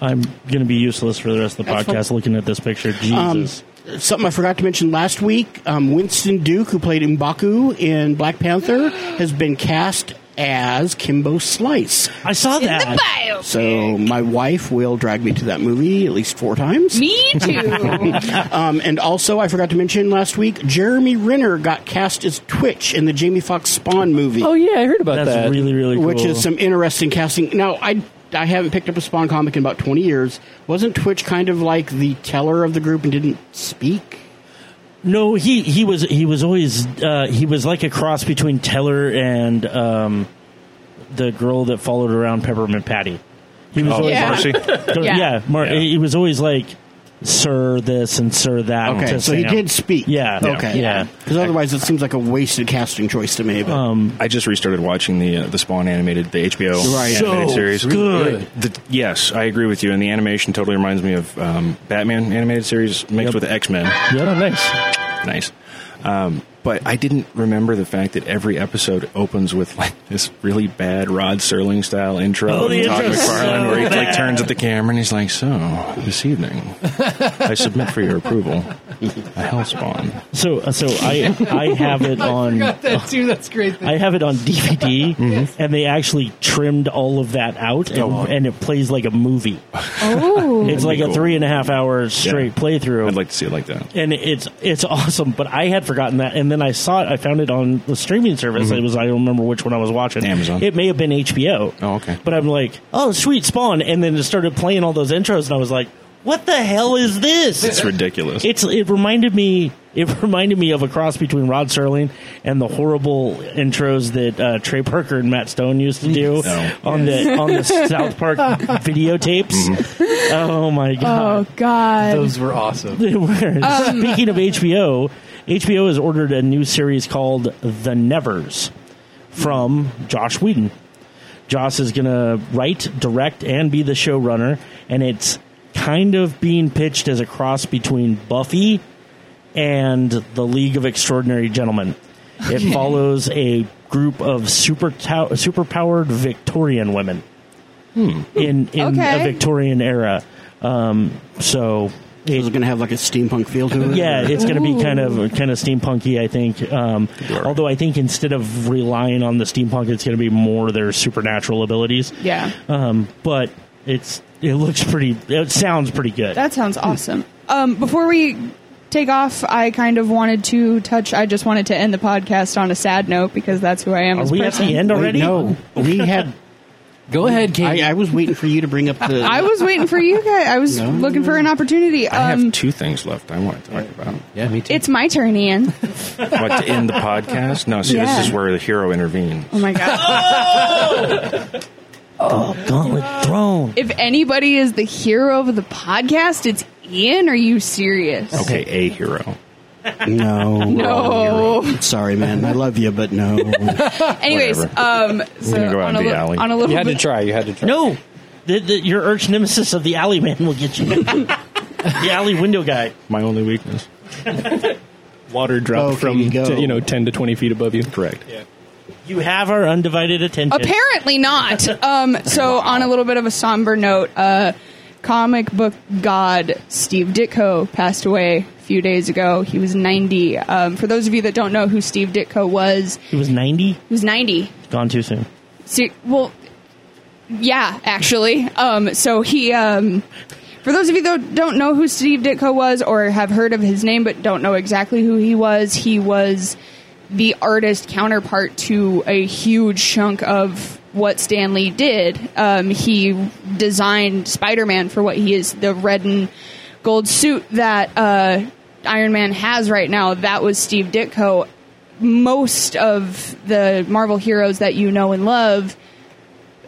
S3: I'm going to be useless for the rest of the
S1: That's
S3: podcast
S1: fine.
S3: looking at this picture.
S1: Um,
S3: Jesus.
S1: something I forgot to mention last week: um, Winston Duke, who played Mbaku in Black Panther, has been cast as Kimbo Slice.
S3: I saw that.
S2: Bio.
S1: So my wife will drag me to that movie at least four times.
S2: Me too.
S1: Um, and also, I forgot to mention last week, Jeremy Renner got cast as Twitch in the Jamie Foxx Spawn movie,
S6: Oh yeah, I heard about
S3: That's
S6: that.
S3: really, really cool.
S1: which is some interesting casting. Now, I I haven't picked up a Spawn comic in about twenty years. Wasn't Twitch kind of like the teller of the group and didn't speak?
S3: No, he he was he was always uh, he was like a cross between Teller and um, the girl that followed around Peppermint Patty. He was
S4: Oh,
S3: always
S2: Yeah.
S4: Marcy.
S3: like, yeah,
S2: Yeah.
S3: Mar-
S4: Yeah.
S3: he was always like sir this and sir that.
S1: Okay,
S3: to
S1: so he
S3: Sam.
S1: did speak.
S3: Yeah.
S1: Okay.
S3: Yeah. Um,
S1: Because otherwise, it seems like a wasted casting choice to me. But
S4: I just restarted watching the uh, the Spawn animated, the HBO
S1: Right.
S4: animated
S3: So
S4: series.
S3: good.
S4: The, yes, I agree with you. And the animation totally reminds me of um, Batman animated series mixed with X Men.
S6: Yeah, oh, nice.
S4: nice. Um, but I didn't remember the fact that every episode opens with like this really bad Rod Serling style intro.
S3: Oh, the
S4: of Todd
S3: intro's
S4: McFarlane,
S3: so
S4: where he like
S3: bad.
S4: turns at the camera and he's like, "So this evening, I submit for your approval, a hell spawn."
S3: So uh, so I I have it on
S5: that too. That's great.
S3: I have it on DVD,
S1: Mm-hmm.
S3: and they actually trimmed all of that out, and, and it plays like a movie.
S1: Oh,
S2: Ooh.
S3: It's like a
S4: cool.
S3: three and a half hour straight playthrough.
S4: I'd like to see it like that.
S3: and it's it's awesome. But I had forgotten that, and then I saw it. I found it on the streaming service. It was I don't remember which one I was watching.
S4: Mm-hmm. Amazon.
S3: It may have been HBO.
S4: Oh, okay.
S3: But I'm like, oh, sweet Spawn, and then it started playing all those intros, and I was like, what the hell is this?
S4: It's ridiculous.
S3: It's it reminded me it reminded me of a cross between Rod Serling and the horrible intros that uh, Trey Parker and Matt Stone used to do
S4: No.
S3: on the on the South Park videotapes.
S4: Mm-hmm.
S3: Oh my
S2: Oh
S3: god!
S2: God.
S5: Those were awesome.
S3: They were. Speaking of HBO, HBO has ordered a new series called The Nevers from Josh Whedon. Josh is going to write, direct, and be the showrunner, and it's kind of being pitched as a cross between Buffy and the League of Extraordinary Gentlemen. It follows a group of super tow- superpowered Victorian women in in
S2: Okay.
S3: a Victorian era. Um, so it-
S1: Is it going to have like a steampunk feel to it?
S3: yeah, it's going to be kind of kind of steampunky, I think. Um, although I think instead of relying on the steampunk, it's going to be more their supernatural abilities.
S2: Yeah.
S3: Um, but it's it looks pretty. It sounds pretty good.
S2: That sounds awesome. Um, before we take off, I kind of wanted to touch. I just wanted to end the podcast on a sad note because that's who I am
S3: Are
S2: as a
S3: we at
S2: person.
S3: the end
S1: Wait,
S3: already?
S1: no, we had.
S5: Go ahead, Kate.
S1: I, I was waiting for you to bring up the.
S2: I was waiting for you guys. I was looking for an opportunity.
S4: I
S2: Um,
S4: have two things left I want to talk about.
S5: yeah, me too.
S2: it's my turn, Ian.
S4: What to end the podcast? No, see,
S2: Yeah.
S4: this is where the hero intervenes.
S2: Oh my god!
S3: Gauntlet Throne.
S2: Oh. if anybody is the hero of the podcast, it's Ian. Are you serious?
S4: Okay, a hero.
S1: no,
S2: No.
S1: Sorry, man. I love you, but no.
S2: Anyways,
S4: Whatever.
S2: um, so
S4: gonna go out
S2: on,
S4: in
S2: a
S4: the
S2: li-
S4: alley.
S2: on a little
S7: You had to
S2: bit,
S7: try. You had to try.
S3: No, the, the, your arch nemesis of the alley man will get you. the alley window guy.
S4: My only weakness.
S6: Water dropped
S1: Okay,
S6: from
S1: go.
S6: t- you know ten to twenty feet above you.
S4: Correct. Yeah.
S3: You have our undivided attention.
S2: Apparently not. Um, so on a little bit of a somber note, uh, comic book god Steve Ditko passed away a few days ago. He was 90. Um, for those of you that don't know who Steve Ditko was,
S3: He was ninety.
S2: he was 90.
S3: Gone too soon.
S2: See, well, yeah, actually. Um, so he, um, for those of you that don't know who Steve Ditko was or have heard of his name but don't know exactly who he was, he was the artist counterpart to a huge chunk of what Stan Lee did. Um, he designed Spider Man for what he is the red and gold suit that uh, Iron Man has right now. That was Steve Ditko. Most of the Marvel heroes that you know and love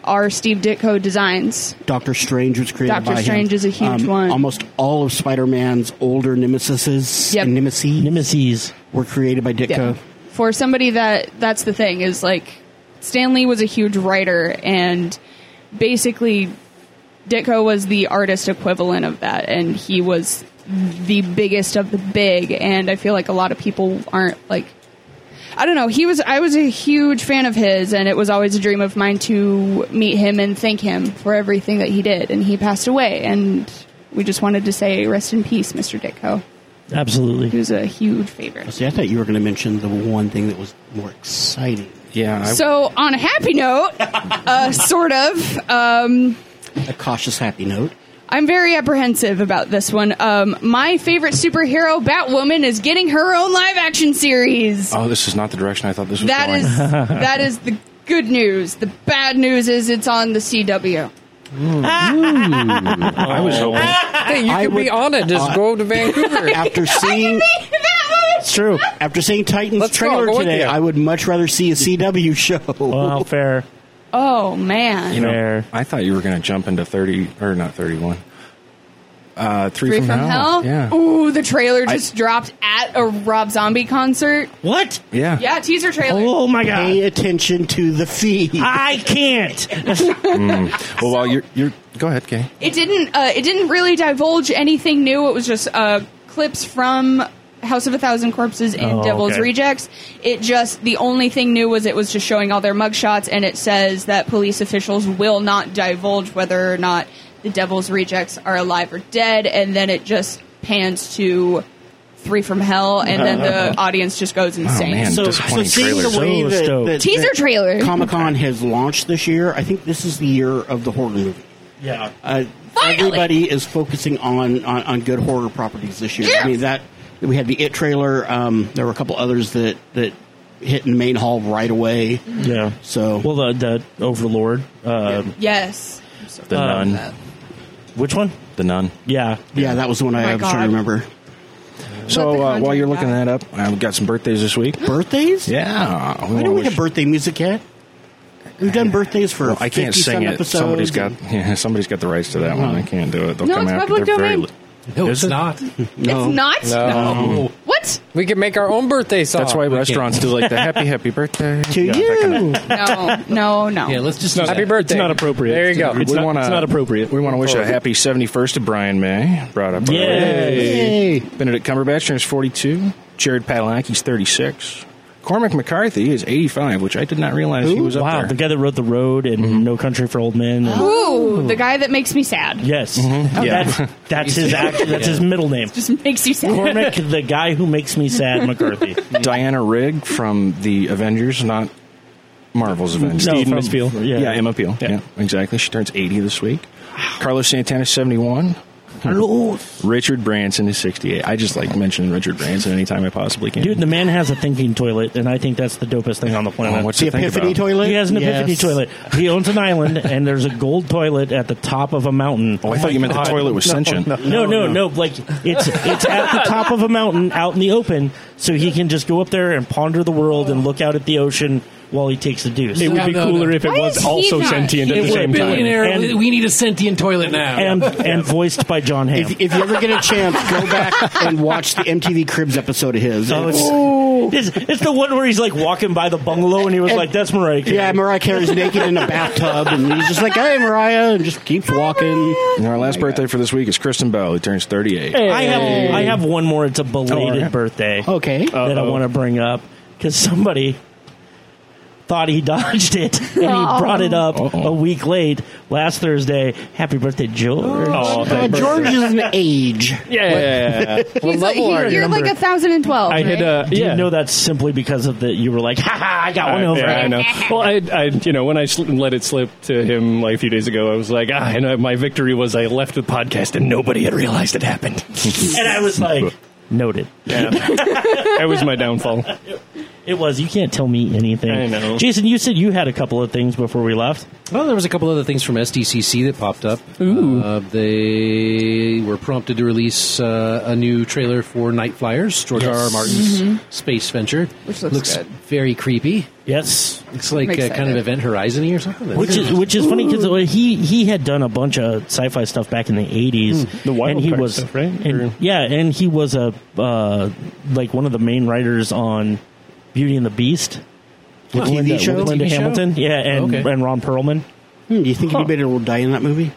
S2: are Steve Ditko designs.
S1: Doctor Strange was created
S2: Doctor
S1: by him. Um,
S2: Strange is a huge one.
S1: Almost all of Spider-Man's older nemesis
S2: Yep.
S1: and nemesis
S3: Nemesis.
S1: were created by Ditko.
S2: For somebody that that's the thing is like Stanley was a huge writer and basically Ditko was the artist equivalent of that, and he was the biggest of the big. And I feel like a lot of people aren't like, I don't know. He was. I was a huge fan of his, and it was always a dream of mine to meet him and thank him for everything that he did. And he passed away, and we just wanted to say rest in peace, Mr. Ditko. He
S3: Absolutely.
S2: was a huge favorite.
S1: See, I thought you were going to mention the one thing that was more exciting.
S4: Yeah, I,
S2: So, on a happy note, uh, sort of, um,
S1: A cautious, happy note.
S2: I'm very apprehensive about this one. Um, my favorite superhero, Batwoman, is getting her own live action series.
S4: oh, this is not the direction I thought this was
S2: That
S4: going.
S2: is that is the good news. The bad news is it's on the CW.
S4: I was hoping.
S7: Hey, you could be on it. Just go to Vancouver.
S1: After seeing
S3: It's true.
S1: after seeing Titans
S7: Let's go,
S1: trailer
S7: go with
S1: today,
S7: you.
S1: I would much rather see a CW show.
S3: Well, fair.
S2: Oh man,
S4: You know,
S3: Fair.
S4: I thought you were going to jump into thirty or not thirty-one. Uh, three,
S2: Three from, Hell.
S4: Yeah,
S2: Ooh, the trailer just dropped at a Rob Zombie concert.
S3: What?
S4: yeah,
S2: Yeah, teaser trailer.
S3: Oh my
S1: Pay
S3: god. Ah,
S1: attention to the feed.
S3: I can't.
S4: Well, while you're you're go ahead, Kay.
S2: It didn't. Uh, it didn't really divulge anything new. It was just uh, clips from House of a Thousand Corpses and
S3: Oh,
S2: Devil's
S3: okay.
S2: Rejects. It just the only thing new was it was just showing all their mugshots, and it says that police officials will not divulge whether or not the Devil's Rejects are alive or dead, and then it just pans to Three from Hell, and then the audience just goes insane.
S4: Oh, man.
S1: so, so
S4: Disappointing
S1: seeing
S4: trailers.
S1: the way
S3: So
S1: that,
S3: stoked.
S1: that,
S2: Teaser trailer.
S1: Comic Con has launched this year, I think this is the year of the horror movie.
S3: yeah.
S1: Uh,
S2: Finally!
S1: everybody is focusing on, on, on good horror properties this year. I mean that we had the It trailer. Um, there were a couple others that that hit in the main hall right away.
S3: Yeah.
S1: So
S3: Well, the, the Overlord. Uh,
S2: Yes. I'm so
S4: The
S1: uh,
S2: proud of
S4: nun.
S2: that.
S3: Which one?
S4: The nun.
S3: Yeah.
S1: yeah, that was the one I,
S2: Oh My
S1: I was trying to
S2: God.
S1: remember.
S2: Let
S4: So
S2: the
S4: uh, while you're looking
S2: content
S4: that up, I've got some birthdays this week.
S1: Birthdays?
S4: Yeah,
S1: Why don't we have birthday music yet? We've done birthdays for
S4: Well, I can't
S1: 50
S4: sing
S1: some
S4: it.
S1: episodes. Uh-huh.
S4: Somebody's got yeah, somebody's got the rights to that one. I can't do it. They'll
S2: No,
S4: come
S2: it's
S4: after.
S2: public
S4: They're
S2: domain.
S4: Very,
S5: No,
S4: Is
S5: it's
S4: it?
S5: not.
S1: No.
S2: It's not.
S5: No.
S2: What?
S7: we could make our own birthday song.
S4: that's why restaurants do like the happy happy birthday
S1: Oh, to
S4: Yeah, that kinda-
S1: you.
S2: No. No. No.
S5: Yeah, let's just do
S7: Happy
S5: that.
S7: birthday.
S6: It's not appropriate.
S7: There you go.
S6: It's
S4: we
S6: not-
S4: wanna,
S6: it's not appropriate.
S4: We want to wish a happy 71st to Brian May, brought up.
S3: Yay.
S4: earlier.
S1: Yay.
S4: Benedict Cumberbatch turns 42. Jared Padalecki is 36. Cormac McCarthy is 85, which I did not realize he was up
S3: Wow.
S4: there. Mm-hmm.
S3: The guy that wrote The Road and No Country for Old Men. and-
S2: Ooh, the guy that makes me sad.
S3: Yes.
S4: Mm-hmm. Yeah.
S3: That's, that's his act, that's his middle name.
S2: Just makes you sad.
S3: Cormac, the guy who makes me sad, McCarthy.
S4: Diana Rigg from the Avengers, not Marvel's Avengers.
S3: No, from-
S6: Misfield.
S3: Yeah.
S4: Yeah, Emma Peel. Yeah. exactly. She turns 80 this week. Carlos Santana is 71. Richard Branson is 68. I just like mentioning Richard Branson anytime I possibly can.
S3: Dude, the man has a thinking toilet, and I think that's the dopest thing on the planet.
S4: Oh, what's
S1: The
S4: to think
S1: epiphany
S4: about?
S1: toilet?
S3: he has an epiphany
S1: Yes.
S3: toilet. He owns an island, and there's a gold toilet at the top of a mountain.
S4: Oh, I thought you meant Oh, the toilet was sentient.
S3: No, no, no, Like it's it's at the top of a mountain, out in the open, so he can just go up there and ponder the world and look out at the ocean while he takes a deuce.
S6: It would
S5: No,
S6: be
S5: no,
S6: cooler
S5: no.
S6: if it
S2: Why is
S6: was
S2: he
S6: also
S2: not
S6: sentient at
S3: here?
S6: the same time.
S5: Billionaire,
S3: And-
S5: we need a sentient toilet now.
S3: and and voiced by John Hamm.
S1: If, if you ever get a chance, go back and watch the MTV Cribs episode of his.
S3: Oh, it's, it's, it's the one where he's like walking by the bungalow and he was like, "That's Mariah." Carey."
S1: Yeah, Mariah Carey's naked in a bathtub, and he's just like, "Hey, Mariah," and just keeps walking.
S4: And our last birthday for this week is Kristen Bell, who turns 38.
S3: I have I have one more. It's a
S4: Oh, all
S3: belated
S4: right.
S3: birthday
S1: Okay,
S3: that I want to bring up because somebody thought he dodged it and he brought it up
S4: Uh-oh.
S3: a week late last Thursday. Happy birthday, George!
S6: Oh,
S1: Uh,
S6: thank
S1: George is an age.
S6: yeah.
S7: What level
S2: you're
S7: are you?
S2: like a thousand and twelve.
S6: I had uh,
S3: Do
S6: yeah.
S3: you know that simply because of the you were like, ha ha, I got one
S6: I-
S3: over.
S6: yeah, I know. Well, I, I, you know, when I sl- let it slip to him like a few days ago, I was like, ah, I know my victory was I left the podcast and nobody had realized it happened.
S3: And I was like, noted.
S6: Yeah, that was my downfall.
S3: It was. You can't tell me anything.
S6: I know.
S3: Jason, you said you had a couple of things before we left.
S5: Well, there was a couple other things from SDCC that popped up. Ooh. Uh, they were prompted to release uh, a new trailer for Night Flyers, George R. R. Martin's space venture,
S2: Which looks good.
S5: very creepy.
S3: Yes.
S5: Looks like
S2: I'm
S5: uh, kind of
S2: excited.
S5: Event Horizon-y or something. That's
S3: Which is which is funny because he he had done a bunch of sci-fi stuff back in the eighties.
S6: The Wild
S3: and he
S6: Card
S3: was
S6: stuff, right?
S3: and-
S6: Or-
S3: yeah, and he was a uh, like one of the main writers on Beauty and the Beast.
S1: The TV
S3: Linda,
S1: show.
S3: Linda
S5: TV show?
S3: Hamilton, yeah, and
S5: Okay.
S3: and Ron Perlman.
S1: Hmm, do you think anybody will die in that movie?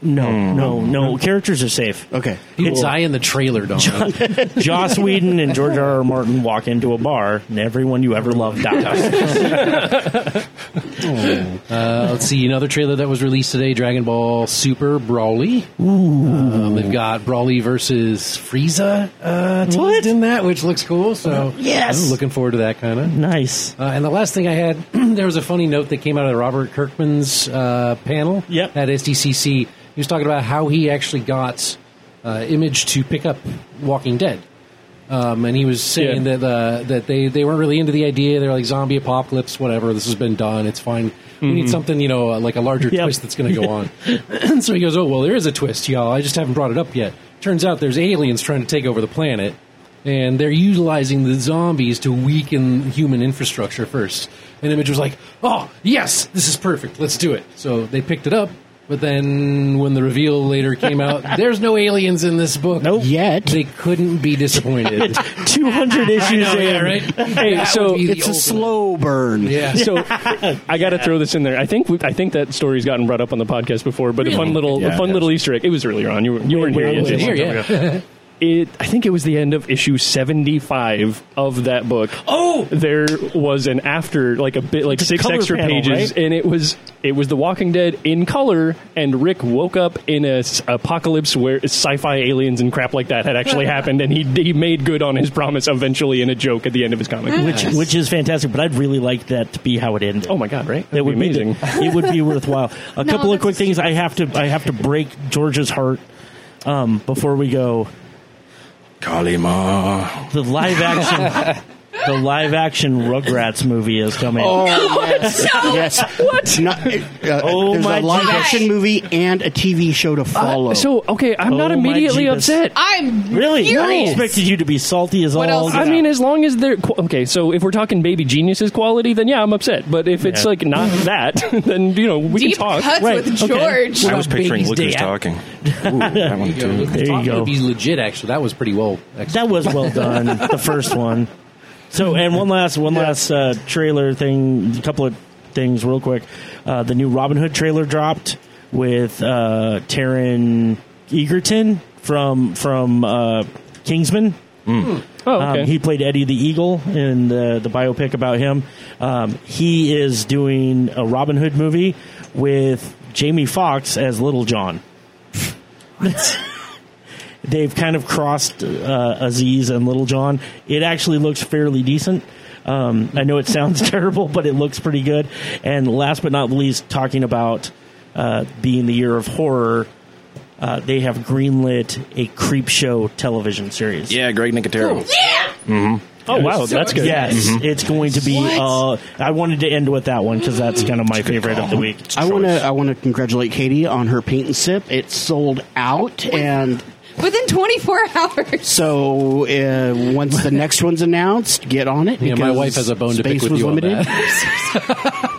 S3: No, no, no. Characters are safe.
S1: Okay.
S5: People
S3: It's-
S5: die in the trailer, don't they?
S3: Joss Whedon and George R. R. Martin walk into a bar, and everyone you ever loved dies.
S5: Uh, let's see another trailer that was released today: Dragon Ball Super Brawly. Um, they've got Brawly versus Frieza uh, teased in that, which looks cool. So
S3: Yes.
S5: I'm looking forward to that kind of.
S3: nice.
S5: Uh, and the last thing I had, there was a funny note that came out of Robert Kirkman's uh, panel
S3: Yep.
S5: at SDCC. He was talking about how he actually got uh, Image to pick up Walking Dead. Um, and he was saying
S6: Yeah.
S5: that uh, that they, they weren't really into the idea. They're like zombie apocalypse, whatever. This has been done. It's fine. We need something, you know, uh, like a larger
S3: Mm-hmm. Yep.
S5: twist that's going to go on. and so he goes, "Oh well, there is a twist, y'all. I just haven't brought it up yet." Turns out there's aliens trying to take over the planet, and they're utilizing the zombies to weaken human infrastructure first. And Image was like, "Oh yes, this is perfect. Let's do it." So they picked it up, but then when the reveal later came out, there's no aliens in this book.
S3: Nope.
S1: Yet.
S5: They couldn't be disappointed.
S3: 200 issues
S5: know,
S3: in.
S5: yeah, right?
S6: Hey,
S5: That
S6: so
S5: would be the
S1: It's a
S5: ultimate.
S1: slow burn.
S5: Yeah.
S6: So I got to throw this in there. I think we, I think that story's gotten brought up on the podcast before, but a fun little
S4: Yeah,
S6: a fun
S4: it
S6: little Easter egg. It was earlier on. You, were, you weren't here
S3: wait,
S6: yet.
S3: wait,
S6: Jason.
S5: Here, yeah.
S6: It, I think it was the end of issue seventy five of that book.
S3: Oh!
S6: there was an after like a bit like
S3: It's a
S6: six
S3: color
S6: extra
S3: panel,
S6: pages,
S3: right?
S6: and it was it was The Walking Dead in color, and Rick woke up in a s- apocalypse where sci-fi aliens and crap like that had actually happened, and he he made good on his promise eventually in a joke at the end of his comic.
S3: Which, which is fantastic, but I'd really like that to be how it ended.
S6: oh my god, right?
S3: That would be
S6: amazing.
S3: it would be worthwhile. A
S2: No,
S3: couple of
S2: that's
S3: quick things. I have to. I have to break George's heart um, before we go.
S4: Kalima.
S3: The live action. the live action Rugrats movie is coming.
S2: Oh,
S1: Yes. What? Not, it- uh,
S3: Oh
S1: there's
S3: my
S1: a live
S2: goodness.
S1: action movie and a TV show to follow.
S6: So okay, I'm not
S3: Oh, my
S6: immediately
S3: Jeebus.
S6: upset.
S2: I'm
S3: Really? I
S2: Furious.
S3: expected you to be salty as
S2: What
S3: all.
S2: else is
S3: get
S6: I
S3: out.
S6: mean, as long as they're qu- okay. So if we're talking Baby Geniuses quality, then yeah, I'm upset. But if it's
S3: Yeah.
S6: like not that, then you know we
S2: deep
S6: can talk.
S2: cuts
S3: Right,
S2: with
S3: okay.
S2: George.
S4: I was picturing
S5: Baby's
S4: Look Who's
S5: Day Out.
S4: Talking. Ooh, that one too.
S3: There you go.
S5: Would be legit. Actually, that was pretty well. Actually.
S3: That was well done. the first one. So, and one last, one last uh, trailer thing. A couple of things, real quick. Uh, the new Robin Hood trailer dropped with uh, Taryn Egerton from from uh, Kingsman.
S6: Oh,
S3: Um,
S6: okay.
S3: he played Eddie the Eagle in the the biopic about him. Um, he is doing a Robin Hood movie with Jamie Foxx as Little John. They've kind of crossed uh, Aziz and Little John. It actually looks fairly decent. Um, I know it sounds terrible, but it looks pretty good. And last but not least, talking about uh, being the year of horror, uh, they have greenlit a creep show television series.
S4: Yeah, Greg Nicotero.
S6: oh wow, that's good.
S3: Yes,
S7: Mm-hmm.
S3: it's going to be. Uh, I wanted to end with that one because that's kind of my favorite of the week.
S1: I want to I want to congratulate Katie on her paint and sip. It sold out, and
S2: Within 24 hours.
S1: so uh, once the next one's announced, get on it.
S5: Yeah, my
S1: because
S5: wife has a bone to pick
S1: space
S5: with
S1: was
S5: you on
S1: limited.
S5: that.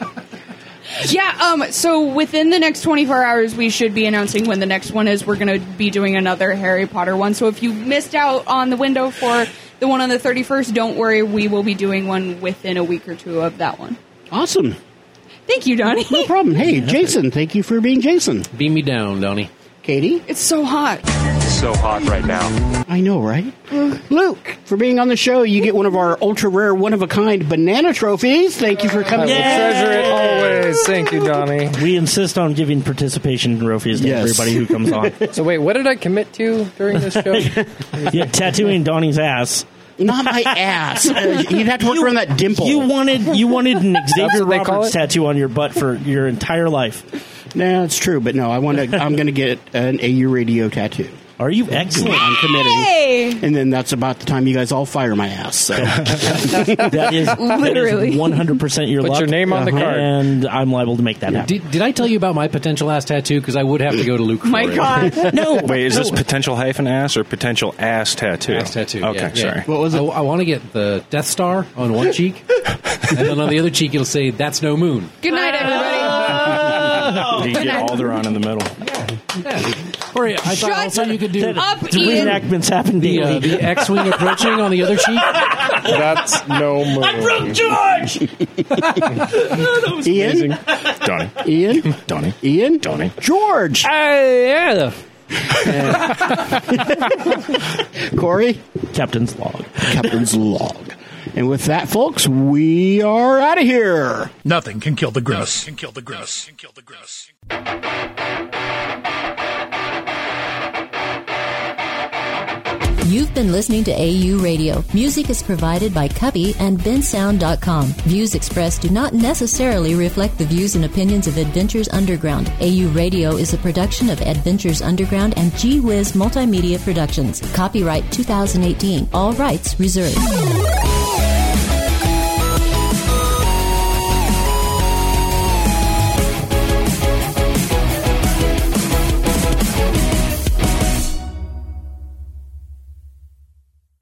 S2: Yeah, um, so within the next 24 hours, we should be announcing when the next one is. We're going to be doing another Harry Potter one. So if you missed out on the window for the one on the 31st, don't worry. We will be doing one within a week or two of that one.
S1: Awesome,
S2: Thank you, Donnie.
S1: no problem. Hey, Jason, thank you for being Jason.
S5: Beam me down, Donnie.
S1: Katie,
S2: It's so hot.
S9: so hot right now.
S1: I know, right? Luke, for being on the show, you get one of our ultra rare, one of a kind banana trophies. Thank you for coming.
S7: We'll
S3: Yeah.
S7: treasure it always. Thank you, Donnie.
S3: We insist on giving participation trophies to
S1: Yes.
S3: everybody who comes on.
S7: So wait, what did I commit to during this show?
S3: yeah, tattooing Donnie's ass.
S1: Not my ass. Uh, You'd have to work around that dimple.
S3: You wanted you wanted an Xavier
S7: what they call
S3: Roberts
S7: it?
S3: tattoo on your butt for your entire life.
S1: Nah, it's true, but no, I want to. I'm going to get an AU radio tattoo.
S3: Are you excellent?
S1: I'm committing.
S2: Hey!
S1: And then that's about the time you guys all fire my ass. So
S3: That is
S2: Literally.
S3: one hundred percent your
S7: Put
S3: luck.
S7: your name on the card.
S3: and I'm liable to make that happen.
S5: Did, did I tell you about my potential ass tattoo? Because I would have to go to Luke. For
S2: My
S5: it.
S2: God.
S3: No,
S4: Wait, is
S3: no.
S4: this potential hyphen ass or potential ass tattoo?
S5: Ass tattoo.
S4: Okay,
S5: yeah, yeah.
S4: sorry.
S1: What was it?
S5: I, I want to get the Death Star on one cheek, and then on the other cheek it'll say "That's no moon."
S2: Good night, everybody.
S4: You get Alderon in the middle.
S5: Or yeah, I thought
S2: Shut
S5: also you could do
S2: up,
S10: The
S2: Ian.
S10: reenactments happen
S5: the,
S10: daily.
S5: uh, the X-wing approaching on the other cheek.
S11: That's no move.
S10: George!
S1: Ian,
S4: Donnie.
S1: Ian,
S4: Donnie.
S1: Ian,
S4: Donnie.
S1: George,
S5: yeah.
S1: Corey,
S10: Captain's log.
S1: Captain's log. And with that, folks, we are out of here.
S8: Nothing can kill the grimace. Can kill the grimace. Can kill the grimace.
S3: You've been listening to AU Radio. Music is provided by Cubby and bensound.com. Views expressed do not necessarily reflect the views and opinions of Adventures Underground. AU Radio is a production of Adventures Underground and Gee Whiz Multimedia Productions. Copyright 2018. All rights reserved.